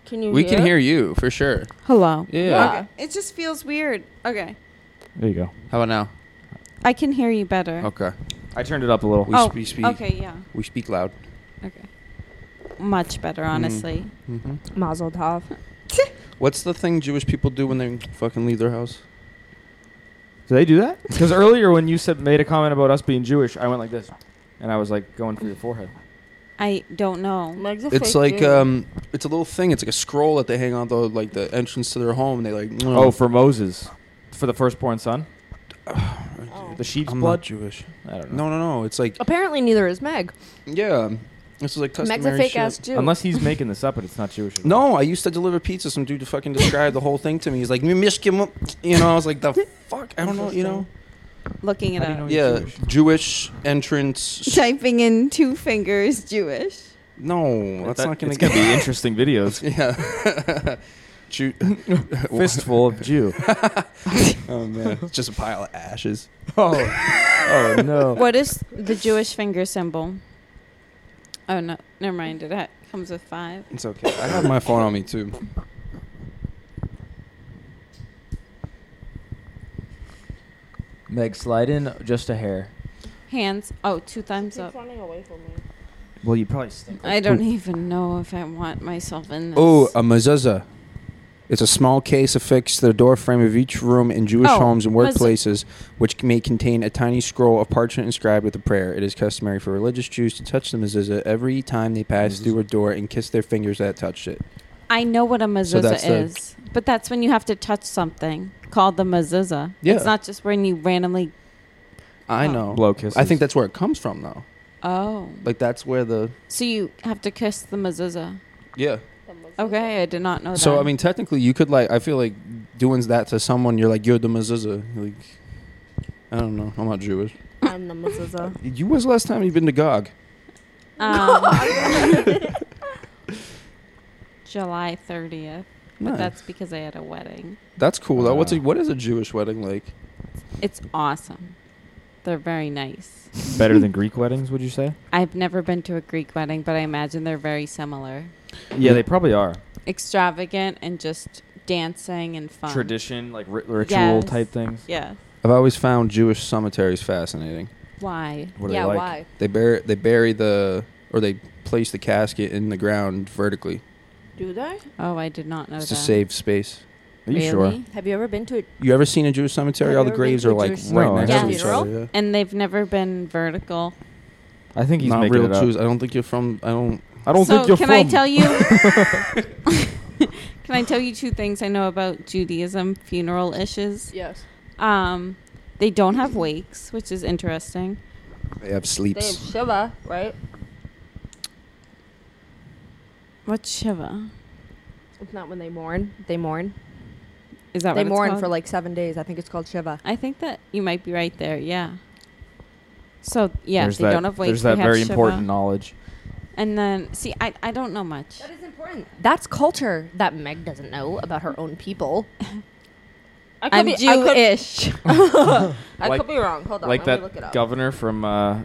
Speaker 8: Can you?
Speaker 7: We can hear
Speaker 8: it?
Speaker 7: you for sure.
Speaker 9: Hello.
Speaker 7: Yeah.
Speaker 9: Okay. It just feels weird. Okay.
Speaker 6: There you go.
Speaker 7: How about now?
Speaker 9: I can hear you better.
Speaker 7: Okay.
Speaker 6: I turned it up a little.
Speaker 7: We,
Speaker 9: Oh,
Speaker 7: sp- we speak.
Speaker 9: Okay. Yeah.
Speaker 7: We speak loud.
Speaker 9: Okay. Much better,
Speaker 7: Hmm.
Speaker 9: honestly.
Speaker 7: Mm-hmm.
Speaker 8: Mazel tov.
Speaker 7: What's the thing Jewish people do when they fucking leave their house?
Speaker 6: Do they do that? Because earlier when you said made a comment about us being Jewish, I went like this, and I was like going for your forehead.
Speaker 9: I don't know.
Speaker 7: It's like um, it's a little thing. It's like mm. a scroll that they hang on the like the entrance to their home. And they like
Speaker 6: Oh, for Moses. for the firstborn son?
Speaker 7: Oh.
Speaker 6: The sheep's
Speaker 7: I'm not
Speaker 6: blood?
Speaker 7: Jewish.
Speaker 6: I don't know.
Speaker 7: No, no, no. It's like
Speaker 8: Oh. Apparently, neither is Meg.
Speaker 7: yeah. This is like
Speaker 8: Meg's
Speaker 7: customary
Speaker 8: a fake
Speaker 7: shit.
Speaker 8: ass Jew.
Speaker 6: Unless he's making this up and it's not Jewish. at all.
Speaker 7: No, I used to deliver pizza. Some dude fucking described the whole thing to me. He's like, "Mishkim," you know. I was like, "The fuck?" I don't know. You know?
Speaker 9: Looking it
Speaker 6: How do you know
Speaker 9: up.
Speaker 6: you're
Speaker 7: Yeah,
Speaker 6: Jewish?
Speaker 7: Jewish entrance.
Speaker 9: Typing in two fingers Jewish.
Speaker 7: No, that's
Speaker 6: That-
Speaker 7: not gonna
Speaker 6: it's gonna
Speaker 7: get.
Speaker 6: be interesting videos.
Speaker 7: Yeah. Jew-
Speaker 6: Fistful of Jew.
Speaker 7: oh man, it's just a pile of ashes.
Speaker 6: Oh, oh no.
Speaker 9: What is the Jewish finger symbol? Oh no, never mind. It ha- comes with five.
Speaker 7: It's okay. I have my phone on me too.
Speaker 6: Meg, slide in just a hair.
Speaker 9: Hands. Oh, two thumbs up.
Speaker 6: Well, you probably stink.
Speaker 9: I don't even know if I want myself in this.
Speaker 7: Oh, a mezuzah. It's a small case affixed to the door frame of each room in Jewish
Speaker 9: Oh,
Speaker 7: homes and
Speaker 9: mezuz-
Speaker 7: workplaces, which may contain a tiny scroll of parchment inscribed with a prayer. It is customary for religious Jews to touch the mezuzah every time they pass through a door and kiss their fingers that touched it.
Speaker 9: I know what a mezuzah
Speaker 7: that's the-
Speaker 9: is, but that's when you have to touch something called the mezuzah.
Speaker 7: Yeah.
Speaker 9: It's not just when you randomly.
Speaker 7: I
Speaker 9: Oh.
Speaker 7: know.
Speaker 6: Blow kisses.
Speaker 7: I think that's where it comes from, though.
Speaker 9: Oh,
Speaker 7: Like that's where the
Speaker 9: so you have to kiss the mezuzah.
Speaker 7: yeah.
Speaker 9: Okay, I did not know Oh, that.
Speaker 7: So I mean, technically, you could like. I feel like doing that to someone, you're like, you're the mezuzah. Like, I don't know. I'm not Jewish.
Speaker 8: I'm the mezuzah.
Speaker 7: You was last time you've been to Gog.
Speaker 9: Um, July thirtieth, but
Speaker 7: Nice.
Speaker 9: that's because I had a wedding.
Speaker 7: That's cool though. What's a,
Speaker 6: Uh,
Speaker 7: what is a Jewish wedding like?
Speaker 9: It's awesome. They're very nice.
Speaker 6: Better than Greek weddings, would you say?
Speaker 9: I've never been to a Greek wedding, but I imagine they're very similar.
Speaker 6: Yeah, they probably are.
Speaker 9: Extravagant and just dancing and fun.
Speaker 6: Tradition, like ri- ritual
Speaker 9: Yes.
Speaker 6: type things.
Speaker 9: Yeah.
Speaker 7: I've always found Jewish cemeteries fascinating.
Speaker 9: Why?
Speaker 6: What are
Speaker 8: yeah,
Speaker 6: they like?
Speaker 8: why?
Speaker 7: They bury they bury the or they place the casket in the ground vertically
Speaker 8: Do they?
Speaker 9: Oh, I did not know
Speaker 7: just
Speaker 9: that.
Speaker 7: to save space.
Speaker 6: Are you sure?
Speaker 9: Really?
Speaker 8: Have you ever been to a
Speaker 7: You ever seen a Jewish cemetery?
Speaker 8: Have
Speaker 7: All
Speaker 8: you
Speaker 7: the
Speaker 8: ever been
Speaker 7: graves
Speaker 8: to a
Speaker 7: are like
Speaker 8: Jewish
Speaker 7: right
Speaker 6: cemetery?
Speaker 7: next to
Speaker 9: Yes.
Speaker 7: each other. Yeah.
Speaker 9: And they've never been vertical.
Speaker 6: I think he's
Speaker 7: Not
Speaker 6: making
Speaker 7: real
Speaker 6: it up.
Speaker 7: Jews. I don't think you're from. I don't.
Speaker 6: I don't
Speaker 9: so
Speaker 6: think you're
Speaker 9: can
Speaker 6: from.
Speaker 9: I tell you? can I tell you two things I know about Judaism funeral issues?
Speaker 8: yes?
Speaker 9: Um, they don't have wakes, which is interesting.
Speaker 7: They have
Speaker 8: They have
Speaker 7: sleeps.
Speaker 8: shiva, right?
Speaker 9: What's shiva?
Speaker 8: It's not when they mourn. They mourn.
Speaker 9: Is that
Speaker 8: they
Speaker 9: what it's
Speaker 8: mourn
Speaker 9: called?
Speaker 8: for like seven days. I think it's called shiva.
Speaker 9: I think that you might be right there. Yeah. So yeah,
Speaker 6: there's
Speaker 9: they
Speaker 6: that,
Speaker 9: don't have wakes.
Speaker 6: There's
Speaker 9: they
Speaker 6: that
Speaker 9: have
Speaker 6: very
Speaker 9: shiva.
Speaker 6: important knowledge.
Speaker 9: And then see, I I don't know much.
Speaker 8: That is important. That's culture that Meg doesn't know about her own people. I
Speaker 9: I'm Jewish.
Speaker 8: I
Speaker 6: Like-
Speaker 8: could be wrong. Hold on.
Speaker 6: like
Speaker 8: let me look it
Speaker 6: that
Speaker 8: up.
Speaker 6: governor from uh,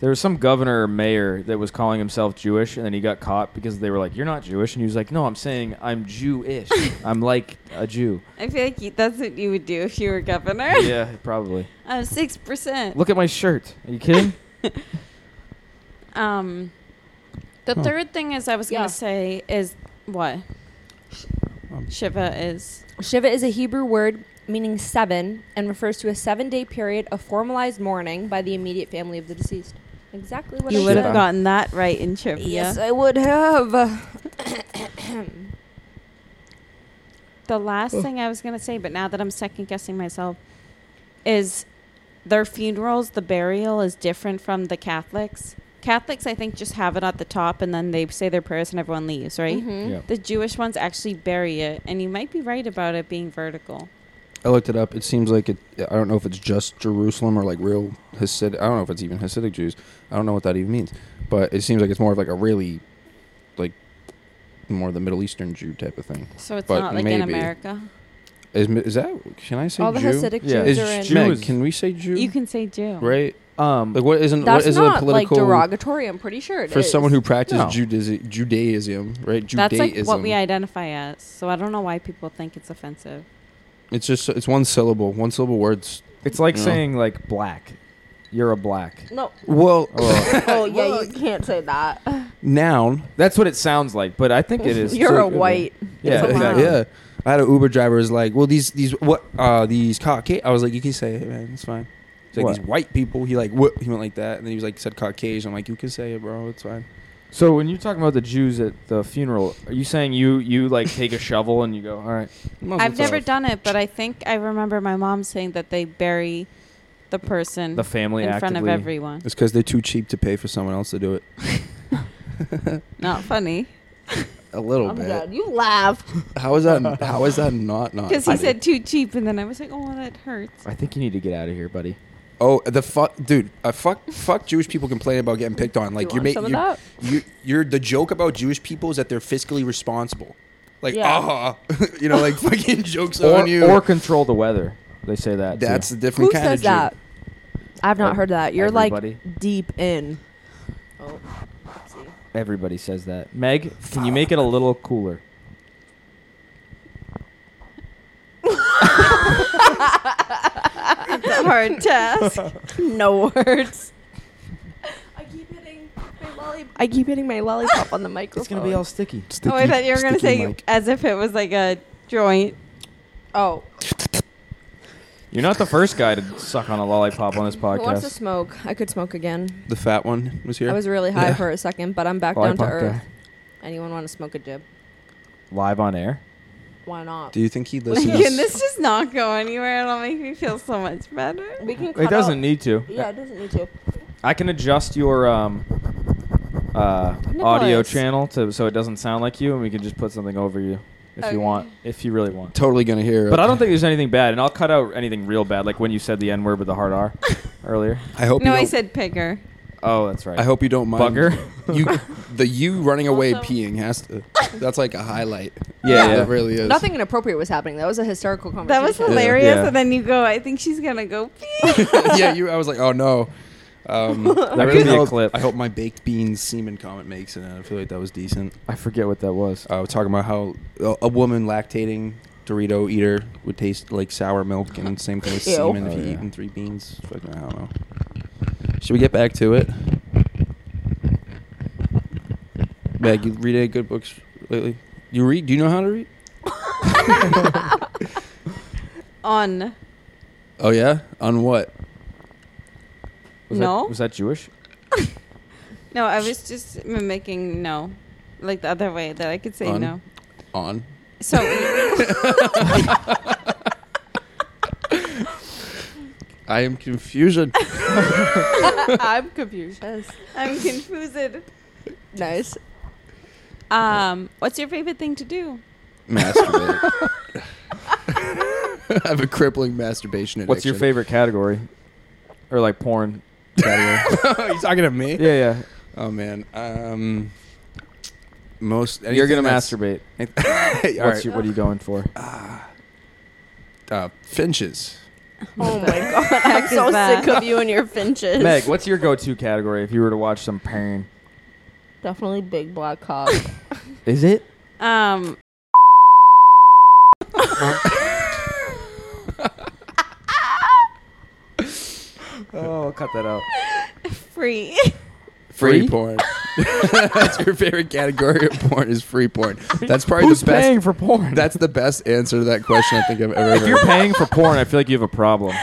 Speaker 6: there was some governor or mayor that was calling himself Jewish, and then he got caught because they were like, "You're not Jewish," and he was like, "No, I'm saying I'm Jewish. I'm like a Jew."
Speaker 9: I feel like you, that's what you would do if you were governor.
Speaker 6: yeah, probably.
Speaker 9: I'm six percent.
Speaker 6: Look at my shirt. Are you kidding?
Speaker 9: Um, the third thing is I was
Speaker 8: Yeah.
Speaker 9: gonna say is what
Speaker 6: Um,
Speaker 9: Shiva is.
Speaker 8: Shiva is a Hebrew word meaning seven and refers to a seven day period of formalized mourning by the immediate family of the deceased. Exactly what
Speaker 9: You
Speaker 8: I
Speaker 9: would have
Speaker 8: said.
Speaker 9: gotten that right in trivia.
Speaker 8: Yes, I would have.
Speaker 9: The last thing I was gonna say, but now that I'm second guessing myself, is their funerals. The burial is different from the Catholics. Catholics, I think, just have it at the top and then they say their prayers and everyone leaves,
Speaker 7: Mm.
Speaker 9: right?
Speaker 8: Mm-hmm.
Speaker 6: yeah.
Speaker 9: The Jewish ones actually bury it, and you might be right about it being vertical.
Speaker 7: I looked it up. It seems like it. I don't know if it's just Jerusalem or like real Hasidic. I don't know if it's even Hasidic Jews. I don't know what that even means. But it seems like it's more of like a really, like, more the Middle Eastern Jew type of thing.
Speaker 9: So it's
Speaker 7: But
Speaker 9: not like in
Speaker 7: maybe.
Speaker 9: America.
Speaker 7: Is, mi- is that? Can I say
Speaker 8: All the
Speaker 7: Jew?
Speaker 8: Hasidic
Speaker 6: Yeah.
Speaker 7: Is
Speaker 8: Jews are in.
Speaker 6: Jew-
Speaker 7: Meg,
Speaker 6: is-
Speaker 7: can we say Jew?
Speaker 9: You can say Jew.
Speaker 7: right?
Speaker 6: Um,
Speaker 7: Like what isn't
Speaker 8: That's
Speaker 7: what isn't
Speaker 8: not
Speaker 7: a political
Speaker 8: like derogatory. I'm pretty sure it
Speaker 7: for
Speaker 8: is.
Speaker 7: someone who practices
Speaker 6: No.
Speaker 7: Judaism, Judaism, right? Judaism.
Speaker 9: That's like what we identify as. So I don't know why people think it's offensive.
Speaker 7: it's just it's one syllable, one syllable words.
Speaker 6: it's like
Speaker 7: No.
Speaker 6: saying like black. You're a black.
Speaker 8: No.
Speaker 7: Well,
Speaker 8: Oh yeah, you can't say that.
Speaker 7: noun.
Speaker 6: That's what it sounds like, but I think it is.
Speaker 8: You're a
Speaker 6: too.
Speaker 8: white.
Speaker 6: Yeah,
Speaker 7: Yeah,
Speaker 6: exactly.
Speaker 7: yeah. I had an Uber driver was like, "Well, these these what uh these Caucasian." I was like, "You can say it, man. It's fine." He's like
Speaker 6: What?
Speaker 7: these white people. He like what he went like that, and then he was like said Caucasian. I'm like, "You can say it, bro. It's fine."
Speaker 6: So when you're talking about the Jews at the funeral, are you saying you you like take a shovel and you go, all right? Mazel
Speaker 9: I've never
Speaker 6: tov."
Speaker 9: done it, but I think I remember my mom saying that they bury the person
Speaker 6: the family
Speaker 9: in
Speaker 6: actively.
Speaker 9: front of everyone.
Speaker 7: It's because they're too cheap to pay for someone else to do it.
Speaker 9: Not funny.
Speaker 7: A little
Speaker 8: Oh my
Speaker 7: bit.
Speaker 8: god, you laughed.
Speaker 7: How is that? How is that not not?
Speaker 9: Because he
Speaker 7: funny?
Speaker 9: said too cheap, and then I was like, oh, that hurts.
Speaker 6: I think you need to get out of here, buddy.
Speaker 7: "Oh, the fuck, dude, uh, fuck, fuck." Jewish people complain about getting picked on. Like you
Speaker 8: you
Speaker 7: are
Speaker 8: want some
Speaker 7: making
Speaker 8: of
Speaker 7: you,
Speaker 8: that?
Speaker 7: you, you're the joke about Jewish people is that they're fiscally responsible. Like
Speaker 8: Yeah.
Speaker 7: ah, you know, like fucking jokes
Speaker 6: Or,
Speaker 7: on you.
Speaker 6: or control the weather. They say that. too.
Speaker 7: That's a different
Speaker 8: Who
Speaker 7: kind of
Speaker 8: says
Speaker 7: Jew.
Speaker 8: that? I've not
Speaker 6: Ev-
Speaker 8: heard that. You're
Speaker 6: everybody.
Speaker 8: like deep in. Oh, oopsie.
Speaker 6: everybody says that. Meg, can you make it a little cooler?
Speaker 9: Hard task.
Speaker 8: No words. I keep hitting my lollipop. I keep hitting my lollipop on the microphone.
Speaker 6: It's gonna be all sticky.
Speaker 9: oh,
Speaker 7: e,
Speaker 9: I thought you were going to
Speaker 7: Sticky
Speaker 9: say
Speaker 7: mic.
Speaker 9: as if it was like a joint.
Speaker 8: Oh,
Speaker 6: You're not the first guy to suck on a lollipop on this
Speaker 8: who wants to
Speaker 6: podcast.
Speaker 8: smoke? I could smoke again.
Speaker 7: The fat one was here.
Speaker 8: I was really high
Speaker 7: Yeah. Oh,
Speaker 8: for a second, but I'm back down
Speaker 6: Lollipop
Speaker 8: to
Speaker 6: guy.
Speaker 8: earth. Anyone want to smoke a jib?
Speaker 6: Live on air.
Speaker 8: Why not?
Speaker 7: Do you think he
Speaker 9: Like,
Speaker 7: listens?
Speaker 9: can this just not go anywhere? It'll make me feel so much better.
Speaker 8: we can. Cut
Speaker 6: It doesn't
Speaker 8: out-
Speaker 6: need to.
Speaker 8: Yeah, it doesn't need to.
Speaker 6: I can adjust your um, uh, audio
Speaker 9: Nicholas.
Speaker 6: channel to so it doesn't sound like you, and we can just put something over you if
Speaker 9: Okay.
Speaker 6: you want, if you really want.
Speaker 7: totally gonna hear.
Speaker 6: But
Speaker 7: it.
Speaker 6: I don't think there's anything bad, and I'll cut out anything real bad, like when you said the N word with the hard R earlier.
Speaker 7: I hope.
Speaker 9: No,
Speaker 7: you
Speaker 9: I
Speaker 7: don't-
Speaker 9: said pigger.
Speaker 6: Oh, that's right.
Speaker 7: I hope you don't mind.
Speaker 6: Bugger.
Speaker 7: You, the you running away
Speaker 9: Also-
Speaker 7: peeing has to. That's like a highlight.
Speaker 6: Yeah, yeah.
Speaker 7: it really is.
Speaker 8: Nothing inappropriate was happening. That was a hysterical
Speaker 9: That
Speaker 8: conversation.
Speaker 9: was hilarious.
Speaker 6: Yeah.
Speaker 9: And then you go, I think she's going to go pee.
Speaker 7: yeah, you. I was like, oh no. Um, that
Speaker 6: could be a clip.
Speaker 7: I hope my baked beans semen comment makes it. and I feel like that was decent.
Speaker 6: I forget what that was.
Speaker 7: Uh, we're talking about how a, a woman lactating Dorito eater would taste like sour milk and same thing with
Speaker 8: Ew.
Speaker 7: semen if
Speaker 6: Oh,
Speaker 7: you're
Speaker 6: yeah.
Speaker 7: eating three beans. Fucking, I don't know. Should we get back to it? Meg, you read any good books lately? You read? Do you know how to read?
Speaker 9: On.
Speaker 7: Oh yeah. On what?
Speaker 6: Was
Speaker 9: no?
Speaker 6: That, was that Jewish?
Speaker 9: no, I was just mimicking no. Like the other way that I could say
Speaker 7: On.
Speaker 9: no.
Speaker 7: On.
Speaker 9: So
Speaker 7: I am confusion.
Speaker 9: I'm confused.
Speaker 8: Yes.
Speaker 9: I'm confused.
Speaker 8: Nice.
Speaker 9: Um, what's your favorite thing to do?
Speaker 7: Masturbate. I have a crippling masturbation addiction.
Speaker 6: What's your favorite category, or like porn? category?
Speaker 7: favorite? you talking to me?
Speaker 6: yeah, yeah.
Speaker 7: Oh man. Um. Most.
Speaker 6: You're gonna
Speaker 7: anything that's-
Speaker 6: masturbate.
Speaker 7: All
Speaker 6: What's
Speaker 7: right.
Speaker 6: your, what are you going for?
Speaker 7: uh, finches.
Speaker 8: Oh my god, I'm
Speaker 9: is
Speaker 8: so
Speaker 9: that?
Speaker 8: sick of you and your finches.
Speaker 6: Meg, what's your go-to category if you were to watch some porn?
Speaker 8: Definitely big black cock.
Speaker 6: Is it?
Speaker 9: Um,
Speaker 6: Oh, I'll cut that out.
Speaker 9: free.
Speaker 7: Free,
Speaker 6: Free?
Speaker 7: porn. That's your favorite category of porn is free porn. That's probably
Speaker 6: Who's
Speaker 7: the best.
Speaker 6: paying for porn?
Speaker 7: That's the best answer to that question I think I've ever
Speaker 6: if you're
Speaker 7: heard.
Speaker 6: paying for porn, I feel like you have a problem.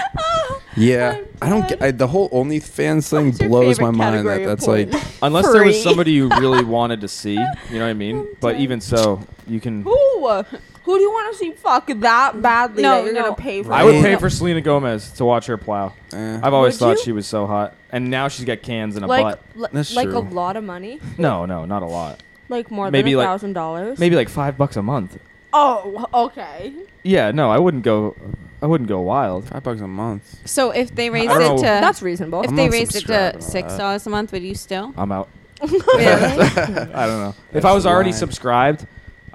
Speaker 7: Yeah, I don't. Get, I, the whole OnlyFans thing blows my
Speaker 8: favorite
Speaker 7: mind.
Speaker 8: category
Speaker 7: That
Speaker 8: of
Speaker 7: that's
Speaker 8: porn?
Speaker 7: like
Speaker 6: Unless there was
Speaker 8: Free.
Speaker 6: somebody you really wanted to see, you know what I mean? But even so, you can.
Speaker 8: Who? Who do you want to see fuck that badly
Speaker 9: No,
Speaker 8: that you're
Speaker 9: no.
Speaker 8: gonna pay for?
Speaker 6: I would
Speaker 8: it?
Speaker 6: pay for Selena Gomez to watch her plow.
Speaker 7: Eh.
Speaker 6: I've always
Speaker 8: Would
Speaker 6: thought
Speaker 8: you?
Speaker 6: she was so hot, and now she's got cans and a
Speaker 8: like
Speaker 6: butt.
Speaker 8: li-
Speaker 7: That's
Speaker 8: like a
Speaker 7: true.
Speaker 8: lot of money,
Speaker 6: No, no, not a lot.
Speaker 8: like more
Speaker 6: Maybe
Speaker 8: than a
Speaker 6: like-
Speaker 8: thousand dollars.
Speaker 6: Maybe like five bucks a month.
Speaker 8: Oh, okay.
Speaker 6: Yeah, no, I wouldn't go. I wouldn't go wild.
Speaker 7: five bucks a month.
Speaker 9: So if they raise
Speaker 6: don't
Speaker 9: it
Speaker 6: know.
Speaker 9: to
Speaker 8: That's reasonable.
Speaker 9: if
Speaker 7: I'm
Speaker 9: they
Speaker 7: not
Speaker 9: raised it
Speaker 7: subscribing
Speaker 9: to
Speaker 7: to
Speaker 9: six
Speaker 7: that.
Speaker 9: dollars a month, would you still?
Speaker 6: I'm out.
Speaker 9: Really?
Speaker 6: I don't know. If I was already
Speaker 7: lying.
Speaker 6: subscribed,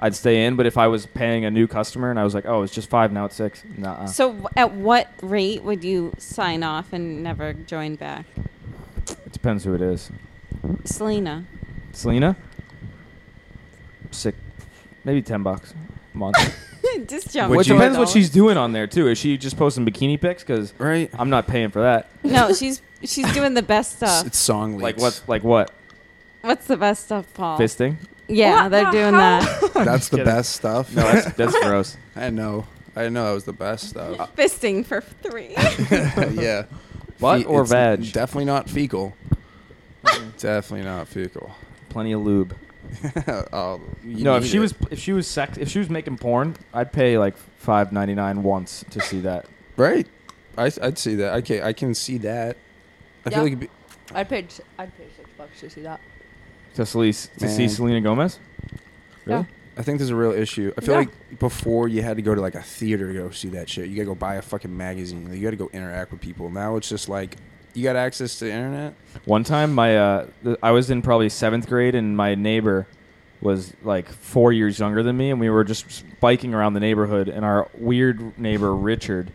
Speaker 6: I'd stay in. But if I was paying a new customer and I was like, oh, it's just five now, it's six. Nah.
Speaker 9: so w- at what rate would you sign off and never join back?
Speaker 6: It depends who it is.
Speaker 9: Selena.
Speaker 6: Selena. Sick. Maybe ten bucks a month.
Speaker 9: Just
Speaker 7: Would
Speaker 9: jump.
Speaker 6: Well,
Speaker 9: Which
Speaker 6: it depends what she's doing on there too. Is she just posting bikini pics? Because
Speaker 7: Right.
Speaker 6: I'm not paying for that.
Speaker 9: No, she's she's doing the best
Speaker 7: It's,
Speaker 9: stuff.
Speaker 7: it's song leaks.
Speaker 6: Like what? Like what?
Speaker 9: What's the best stuff, Paul?
Speaker 6: Fisting?
Speaker 9: Yeah,
Speaker 8: What
Speaker 9: they're
Speaker 8: the
Speaker 9: doing that.
Speaker 7: That's the
Speaker 6: kidding.
Speaker 7: best stuff.
Speaker 6: No, that's that's gross.
Speaker 7: I know. I know that was the best stuff.
Speaker 9: Fisting for three.
Speaker 7: yeah.
Speaker 6: Butt
Speaker 7: Fe-
Speaker 6: or
Speaker 7: it's
Speaker 6: vag?
Speaker 7: Definitely not fecal. definitely not fecal.
Speaker 6: plenty of lube.
Speaker 7: oh, you
Speaker 6: no, if
Speaker 7: need
Speaker 6: she
Speaker 7: it.
Speaker 6: was if she was sex if she was making porn, I'd pay like five ninety nine once to see that.
Speaker 7: right, I, I'd see that. I can I can see that. I
Speaker 8: Yeah.
Speaker 7: feel like it'd be,
Speaker 8: I'd pay s- I'd pay six bucks to see that.
Speaker 6: To see to see
Speaker 7: Man.
Speaker 6: Selena Gomez.
Speaker 8: Really?
Speaker 7: I think there's a real issue. I feel
Speaker 8: Yeah.
Speaker 7: like before you had to go to like a theater to go see that shit. You gotta go buy a fucking magazine. Like, you gotta go interact with people. Now it's just like you got access to the internet.
Speaker 6: One time, my uh, th- I was in probably seventh grade, and my neighbor was like four years younger than me, and we were just biking around the neighborhood, and our weird neighbor Richard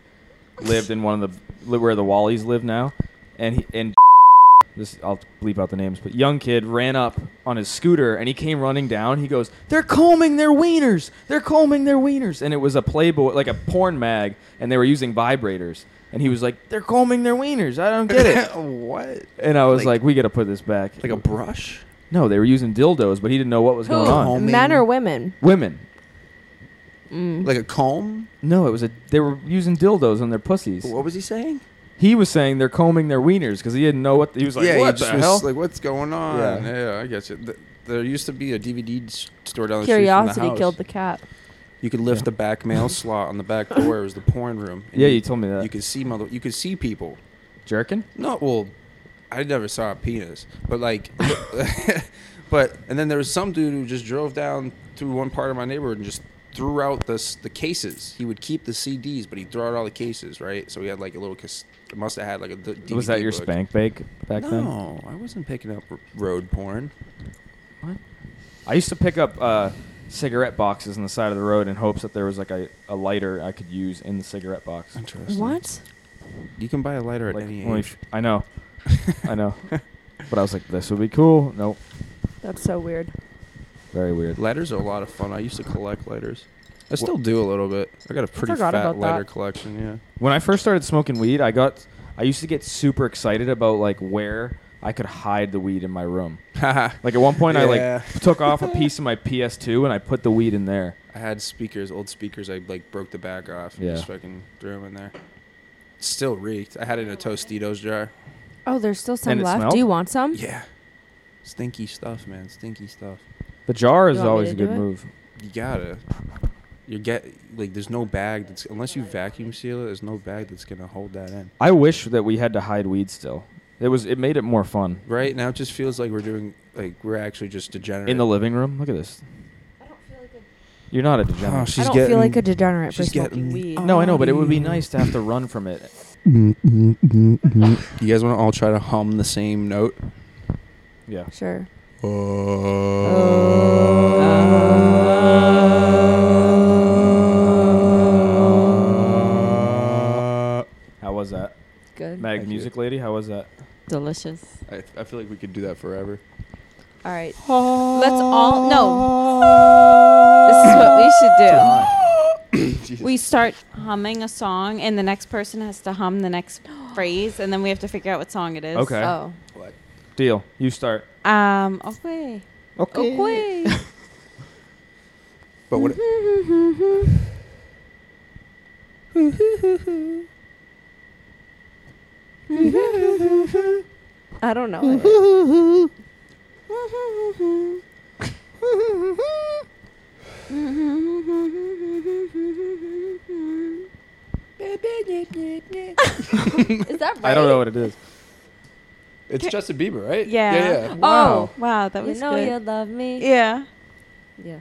Speaker 6: lived in one of the li- where the Wallies live now, and he and this I'll bleep out the names, but young kid ran up on his scooter, and he came running down. He goes, "They're combing their wieners! They're combing their wieners!" And it was a Playboy, like a porn mag, and they were using vibrators. And he was like, "They're combing their wieners! I don't get it."
Speaker 7: what?
Speaker 6: And I was
Speaker 7: Like-
Speaker 6: like, we got to put this back.
Speaker 7: Like a brush?
Speaker 6: no, they were using dildos, but he didn't know what was going on.
Speaker 7: Combing?
Speaker 8: Men or women? Mm.
Speaker 6: Women.
Speaker 7: Like a comb?
Speaker 6: No, it was a. They were using dildos on their pussies.
Speaker 7: What was he saying?
Speaker 6: He was saying they're combing their wieners because he didn't know what. He was like,
Speaker 7: yeah,
Speaker 6: what
Speaker 7: he
Speaker 6: the
Speaker 7: just was
Speaker 6: hell?
Speaker 7: like what's going on?
Speaker 6: Yeah.
Speaker 7: Yeah, I guess it. Th- There used to be a DVD s- store down the street from
Speaker 8: Curiosity
Speaker 7: the house.
Speaker 8: killed the cat.
Speaker 7: You could lift the back mail slot on the back door. It was the porn room. And
Speaker 6: yeah, you told me that.
Speaker 7: you could see mother. You could see people.
Speaker 6: jerking.
Speaker 7: No, well, I never saw a penis, but like, but and then there was some dude who just drove down through one part of my neighborhood and just threw out the s- the cases. He would keep the CDs, but he threw out all the cases, right? So he had like a little. Cas- must have had like a. d- DVD
Speaker 6: was that your
Speaker 7: book.
Speaker 6: spank bake back then?
Speaker 7: No, I wasn't picking up r- road porn.
Speaker 6: I used to pick up uh, cigarette boxes on the side of the road in hopes that there was like a, a lighter I could use in the cigarette box.
Speaker 7: Interesting.
Speaker 8: What?
Speaker 7: You can buy a lighter at
Speaker 6: Like,
Speaker 7: any
Speaker 6: when we
Speaker 7: age.
Speaker 6: f- I know, I know. But I was like, this would be cool. Nope,
Speaker 8: That's so weird.
Speaker 6: very weird.
Speaker 7: Lighters are a lot of fun. I used to collect lighters. I still do a little bit. I got a pretty
Speaker 8: forgot
Speaker 7: fat
Speaker 8: about that.
Speaker 7: lighter collection. Yeah.
Speaker 6: When I first started smoking weed, I got I used to get super excited about like where I could hide the weed in my room.
Speaker 7: Haha.
Speaker 6: Like at one point I
Speaker 7: Yeah.
Speaker 6: like took off a piece of my PS2 and I put the weed in there.
Speaker 7: I had speakers, old speakers. I like broke the back off and
Speaker 6: Yeah.
Speaker 7: just fucking threw them in there. Still reeked. I had it in a Tostitos jar.
Speaker 8: Oh, there's still some
Speaker 6: And it
Speaker 8: left.
Speaker 6: smelled?
Speaker 8: Do you want some?
Speaker 7: Yeah, stinky stuff, man. Stinky stuff.
Speaker 6: The jar is
Speaker 8: You want me
Speaker 6: always
Speaker 8: to
Speaker 6: a good
Speaker 8: do it?
Speaker 6: move.
Speaker 7: You gotta. You get like there's no bag that's unless you vacuum seal it. There's no bag that's gonna hold that in.
Speaker 6: I wish that we had to hide weed still. It was it made it more fun.
Speaker 7: Right now, it just feels like we're doing like we're actually just degenerate.
Speaker 6: In the living room, look at this. You're not a
Speaker 7: oh,
Speaker 6: degenerate.
Speaker 7: she's
Speaker 8: I don't
Speaker 7: getting,
Speaker 8: feel like a degenerate for
Speaker 7: she's
Speaker 8: smoking
Speaker 7: getting-
Speaker 8: weed.
Speaker 6: no, I know, but it would be
Speaker 7: Oh.
Speaker 6: nice to have to run from it.
Speaker 7: You guys want to all try to hum the same note?
Speaker 6: Yeah.
Speaker 8: Sure.
Speaker 7: Uh,
Speaker 6: How was that?
Speaker 8: Good.
Speaker 6: Mag
Speaker 7: Thank you.
Speaker 6: music lady, how was that?
Speaker 9: Delicious.
Speaker 7: I, I feel like we could do that forever.
Speaker 8: All right.
Speaker 9: Let's all no. This is what we should do. we start humming a song, and the next person has to hum the next phrase, and then we have to figure out what song it is.
Speaker 6: Okay.
Speaker 8: Oh.
Speaker 6: Deal. You start.
Speaker 9: Um. Okay. Okay.
Speaker 7: But what?
Speaker 8: I don't know. Is that right?
Speaker 6: I don't know what it is.
Speaker 7: It's Justin Bieber, right?
Speaker 9: yeah.
Speaker 7: Yeah.
Speaker 8: Uh,
Speaker 7: yeah.
Speaker 9: Oh. Wow. That
Speaker 8: You
Speaker 9: was
Speaker 8: know
Speaker 9: good.
Speaker 8: you love me.
Speaker 9: yeah.
Speaker 8: Yeah.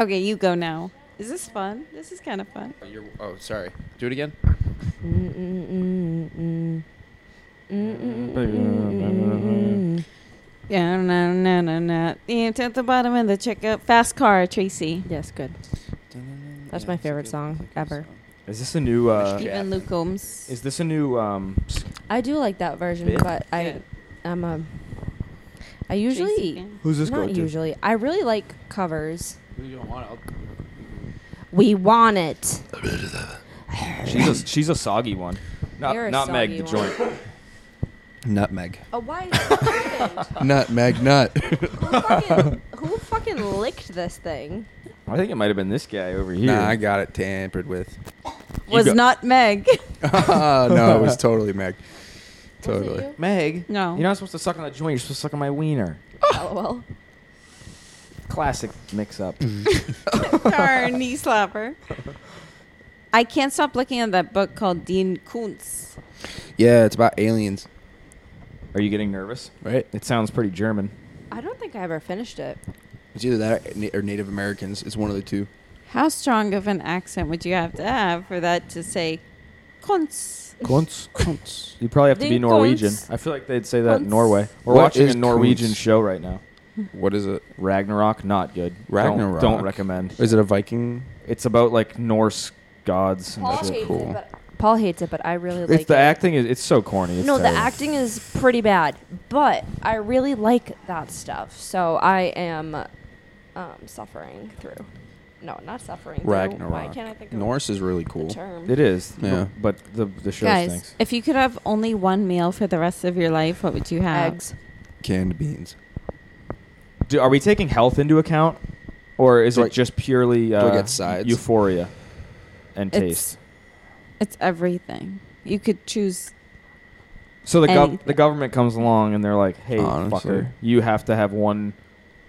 Speaker 9: Okay. You go now. Is this fun? This is kind of fun.
Speaker 7: You're, oh, sorry. Do it again.
Speaker 9: Yeah. No. No. No. No. The intent at the bottom of the checkup. Fast car, Tracy.
Speaker 8: Yes, good. That's my favorite song ever.
Speaker 6: Is this a new uh
Speaker 7: Yeah.
Speaker 9: Even Luke Combs.
Speaker 6: is this a new um s-
Speaker 8: I do like that version,
Speaker 6: Bit?
Speaker 8: but I, I'm a. I usually
Speaker 6: Who's this
Speaker 8: not
Speaker 6: going to?
Speaker 8: usually. I really like covers.
Speaker 7: You don't want it.
Speaker 8: We want it.
Speaker 6: She's a, she's a soggy one. Not
Speaker 8: You're a
Speaker 6: not Meg
Speaker 8: soggy
Speaker 6: the
Speaker 8: one.
Speaker 6: joint.
Speaker 7: Nutmeg.
Speaker 8: Oh, why? who,
Speaker 7: Nutmeg nut.
Speaker 8: fucking, who fucking licked this thing?
Speaker 6: I think it might have been this guy over here.
Speaker 7: nah, I got it tampered with.
Speaker 6: You
Speaker 9: was
Speaker 6: go-
Speaker 9: not Meg.
Speaker 7: oh, no, it was totally Meg.
Speaker 8: Was it
Speaker 7: Totally.
Speaker 8: you?
Speaker 6: Meg.
Speaker 9: No.
Speaker 6: You're not supposed to suck on the joint. You're supposed to suck on my wiener.
Speaker 8: LOL.
Speaker 6: Classic mix-up.
Speaker 7: Mm-hmm.
Speaker 9: Our knee slapper. I can't stop looking at that book called Dean Kuntz.
Speaker 7: Yeah, it's about aliens,
Speaker 6: Are you getting nervous?
Speaker 7: right?
Speaker 6: It sounds pretty German.
Speaker 8: I don't think I ever finished it.
Speaker 7: It's either that or, Na- or Native Americans. It's one of the two.
Speaker 9: How strong of an accent would you have to have for that to say Kuntz?
Speaker 7: Kunz. Kunz.
Speaker 6: You probably have to be
Speaker 8: Ding
Speaker 6: Norwegian.
Speaker 8: dongs.
Speaker 6: I feel like they'd say that in
Speaker 9: Kunz.
Speaker 6: Norway. We're
Speaker 7: What
Speaker 6: watching
Speaker 7: is
Speaker 6: a Norwegian
Speaker 7: kunz?
Speaker 6: show right now.
Speaker 7: What is it?
Speaker 6: Ragnarok, not good. Don't-
Speaker 7: Ragnarok?
Speaker 6: Don't, recommend.
Speaker 7: Is it a Viking?
Speaker 6: It's about like Norse gods. And
Speaker 8: Paul
Speaker 6: shit.
Speaker 8: hates
Speaker 7: cool.
Speaker 8: it, but Paul hates it, but I really like
Speaker 6: It's the
Speaker 8: it.
Speaker 6: acting is it's so corny. It's
Speaker 8: no, the
Speaker 6: terrible.
Speaker 8: acting is pretty bad, but I really like that stuff. So I am um, suffering through. No, not suffering. through. Why
Speaker 7: Ragnarok.
Speaker 8: can't I think of
Speaker 7: Norse is really cool.
Speaker 8: the term?
Speaker 6: It is.
Speaker 7: Yeah.
Speaker 6: But the the show
Speaker 9: Guys,
Speaker 6: stinks.
Speaker 9: if you could have only one meal for the rest of your life, what would you have?
Speaker 8: Eggs.
Speaker 7: Canned beans.
Speaker 6: Do, are we taking health into account, or is
Speaker 7: Do
Speaker 6: it
Speaker 7: I-
Speaker 6: just purely
Speaker 7: I
Speaker 6: uh,
Speaker 7: get sides?
Speaker 6: euphoria and
Speaker 9: It's
Speaker 6: taste?
Speaker 9: it's everything. You could choose.
Speaker 6: So the
Speaker 9: any-
Speaker 6: gov- the government comes along and they're like, "Hey,
Speaker 7: Honestly.
Speaker 6: fucker, you have to have one,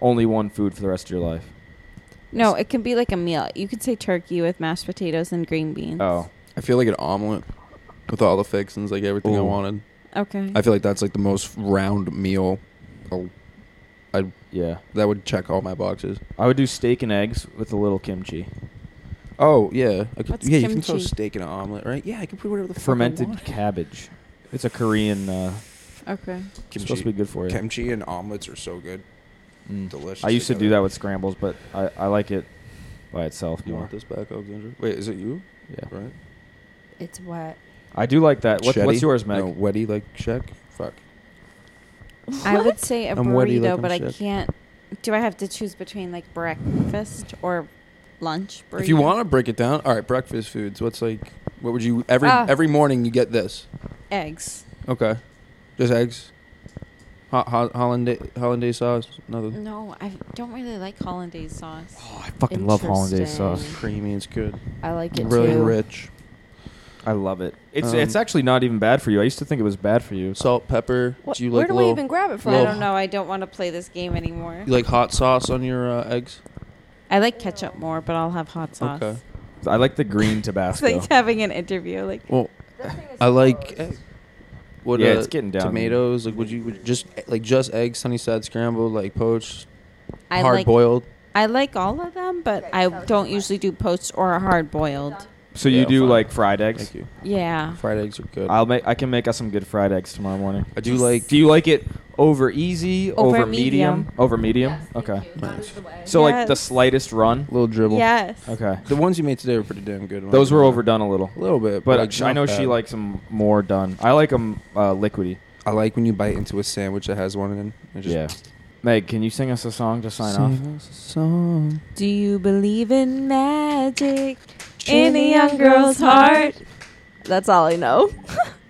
Speaker 6: only one food for the rest of your life."
Speaker 9: No, it can be like a meal. You could say turkey with mashed potatoes and green beans.
Speaker 6: Oh,
Speaker 7: I feel like an omelet with all the fixings, like everything I
Speaker 6: Ooh.
Speaker 7: wanted.
Speaker 9: Okay.
Speaker 7: I feel like that's like the most round meal. Oh, I
Speaker 6: yeah.
Speaker 7: that would check all my boxes.
Speaker 6: I would do steak and eggs with a little kimchi,
Speaker 7: Oh yeah, I could,
Speaker 9: What's
Speaker 7: yeah. You can throw
Speaker 9: kimchi?
Speaker 7: steak in an omelet, right? Yeah, I can put whatever the fuck I
Speaker 6: fermented
Speaker 7: want.
Speaker 6: cabbage. It's a Korean. Uh,
Speaker 9: okay.
Speaker 6: it's supposed to be good for you.
Speaker 7: Kimchi and omelets are so good.
Speaker 6: Mm.
Speaker 7: Delicious.
Speaker 6: I used to do that
Speaker 7: together.
Speaker 6: with scrambles, but I, I like it by itself
Speaker 7: You
Speaker 6: more.
Speaker 7: want this back, Alexandra? Wait, is it you?
Speaker 6: Yeah.
Speaker 7: Right.
Speaker 8: It's wet.
Speaker 6: I do like that. What,
Speaker 7: Shetty?
Speaker 6: what's yours, Meg?
Speaker 7: No, wetty like check. Fuck.
Speaker 9: I would say a
Speaker 7: I'm wetty
Speaker 9: burrito,
Speaker 7: like I'm
Speaker 9: but I
Speaker 7: sick.
Speaker 9: can't. Do I have to choose between like breakfast or lunch? Burrito?
Speaker 7: If you want to break it down, all right. Breakfast foods. What's like? What would you every
Speaker 9: Ah.
Speaker 7: every morning? You get this.
Speaker 9: eggs.
Speaker 7: Okay. Just eggs. Ho- ho- hollandaise, hollandaise sauce. Nothing.
Speaker 9: No, I don't really like hollandaise sauce.
Speaker 6: Oh, I fucking love hollandaise sauce.
Speaker 8: Interesting.
Speaker 7: Creamy. It's good.
Speaker 8: I like it
Speaker 7: Really
Speaker 8: too.
Speaker 7: rich.
Speaker 6: I love it. It's
Speaker 7: Um,
Speaker 6: it's actually not even bad for you. I used to think it was bad for you.
Speaker 7: Salt, pepper.
Speaker 8: What-
Speaker 7: do you
Speaker 8: where
Speaker 7: like
Speaker 8: do
Speaker 7: little,
Speaker 8: we even grab it from?
Speaker 9: But I
Speaker 7: Well-
Speaker 9: don't know. I don't want to play this game anymore.
Speaker 7: You like hot sauce on your uh, eggs?
Speaker 9: I like ketchup more, but I'll have hot sauce.
Speaker 7: Okay.
Speaker 6: I like the green
Speaker 9: It's
Speaker 6: Tabasco.
Speaker 9: like having an interview. Like
Speaker 7: Well,
Speaker 8: That thing is
Speaker 7: I like.
Speaker 8: gross.
Speaker 7: Egg. What?
Speaker 6: Yeah,
Speaker 7: uh,
Speaker 6: it's getting down.
Speaker 7: Tomatoes. Like, would you would you just like just eggs, sunny side scrambled, like poached,
Speaker 9: I
Speaker 7: hard
Speaker 9: like
Speaker 7: boiled?
Speaker 9: I like all of them, but I don't usually do poached or hard boiled.
Speaker 6: so you
Speaker 7: Yeah,
Speaker 6: do
Speaker 7: fine.
Speaker 6: like fried eggs?
Speaker 7: Thank you.
Speaker 9: Yeah.
Speaker 7: Fried eggs are good.
Speaker 6: I'll make I can make us some good fried eggs tomorrow morning.
Speaker 7: I do like.
Speaker 6: Do you like it over easy, over,
Speaker 9: Over
Speaker 6: medium.
Speaker 9: medium.
Speaker 6: over medium?
Speaker 8: Yes, thank
Speaker 6: okay.
Speaker 8: you. That is the way.
Speaker 6: So like the
Speaker 9: Yes.
Speaker 6: slightest run.
Speaker 7: little dribble.
Speaker 9: Yes.
Speaker 6: Okay.
Speaker 7: The ones you made today were pretty damn good. I'm not
Speaker 6: Those
Speaker 7: gonna
Speaker 6: were
Speaker 7: lie.
Speaker 6: overdone a little.
Speaker 7: A little bit,
Speaker 6: But
Speaker 7: like,
Speaker 6: sh- I
Speaker 7: not
Speaker 6: know she
Speaker 7: bad.
Speaker 6: likes them more done. I like them uh, liquidy.
Speaker 7: I like when you bite into a sandwich that has one in. it. It just
Speaker 6: yeah. Meg, can you sing us a song to sign off?
Speaker 7: Sing us a song.
Speaker 9: Do you believe in magic in a young girl's heart?
Speaker 8: That's all I know.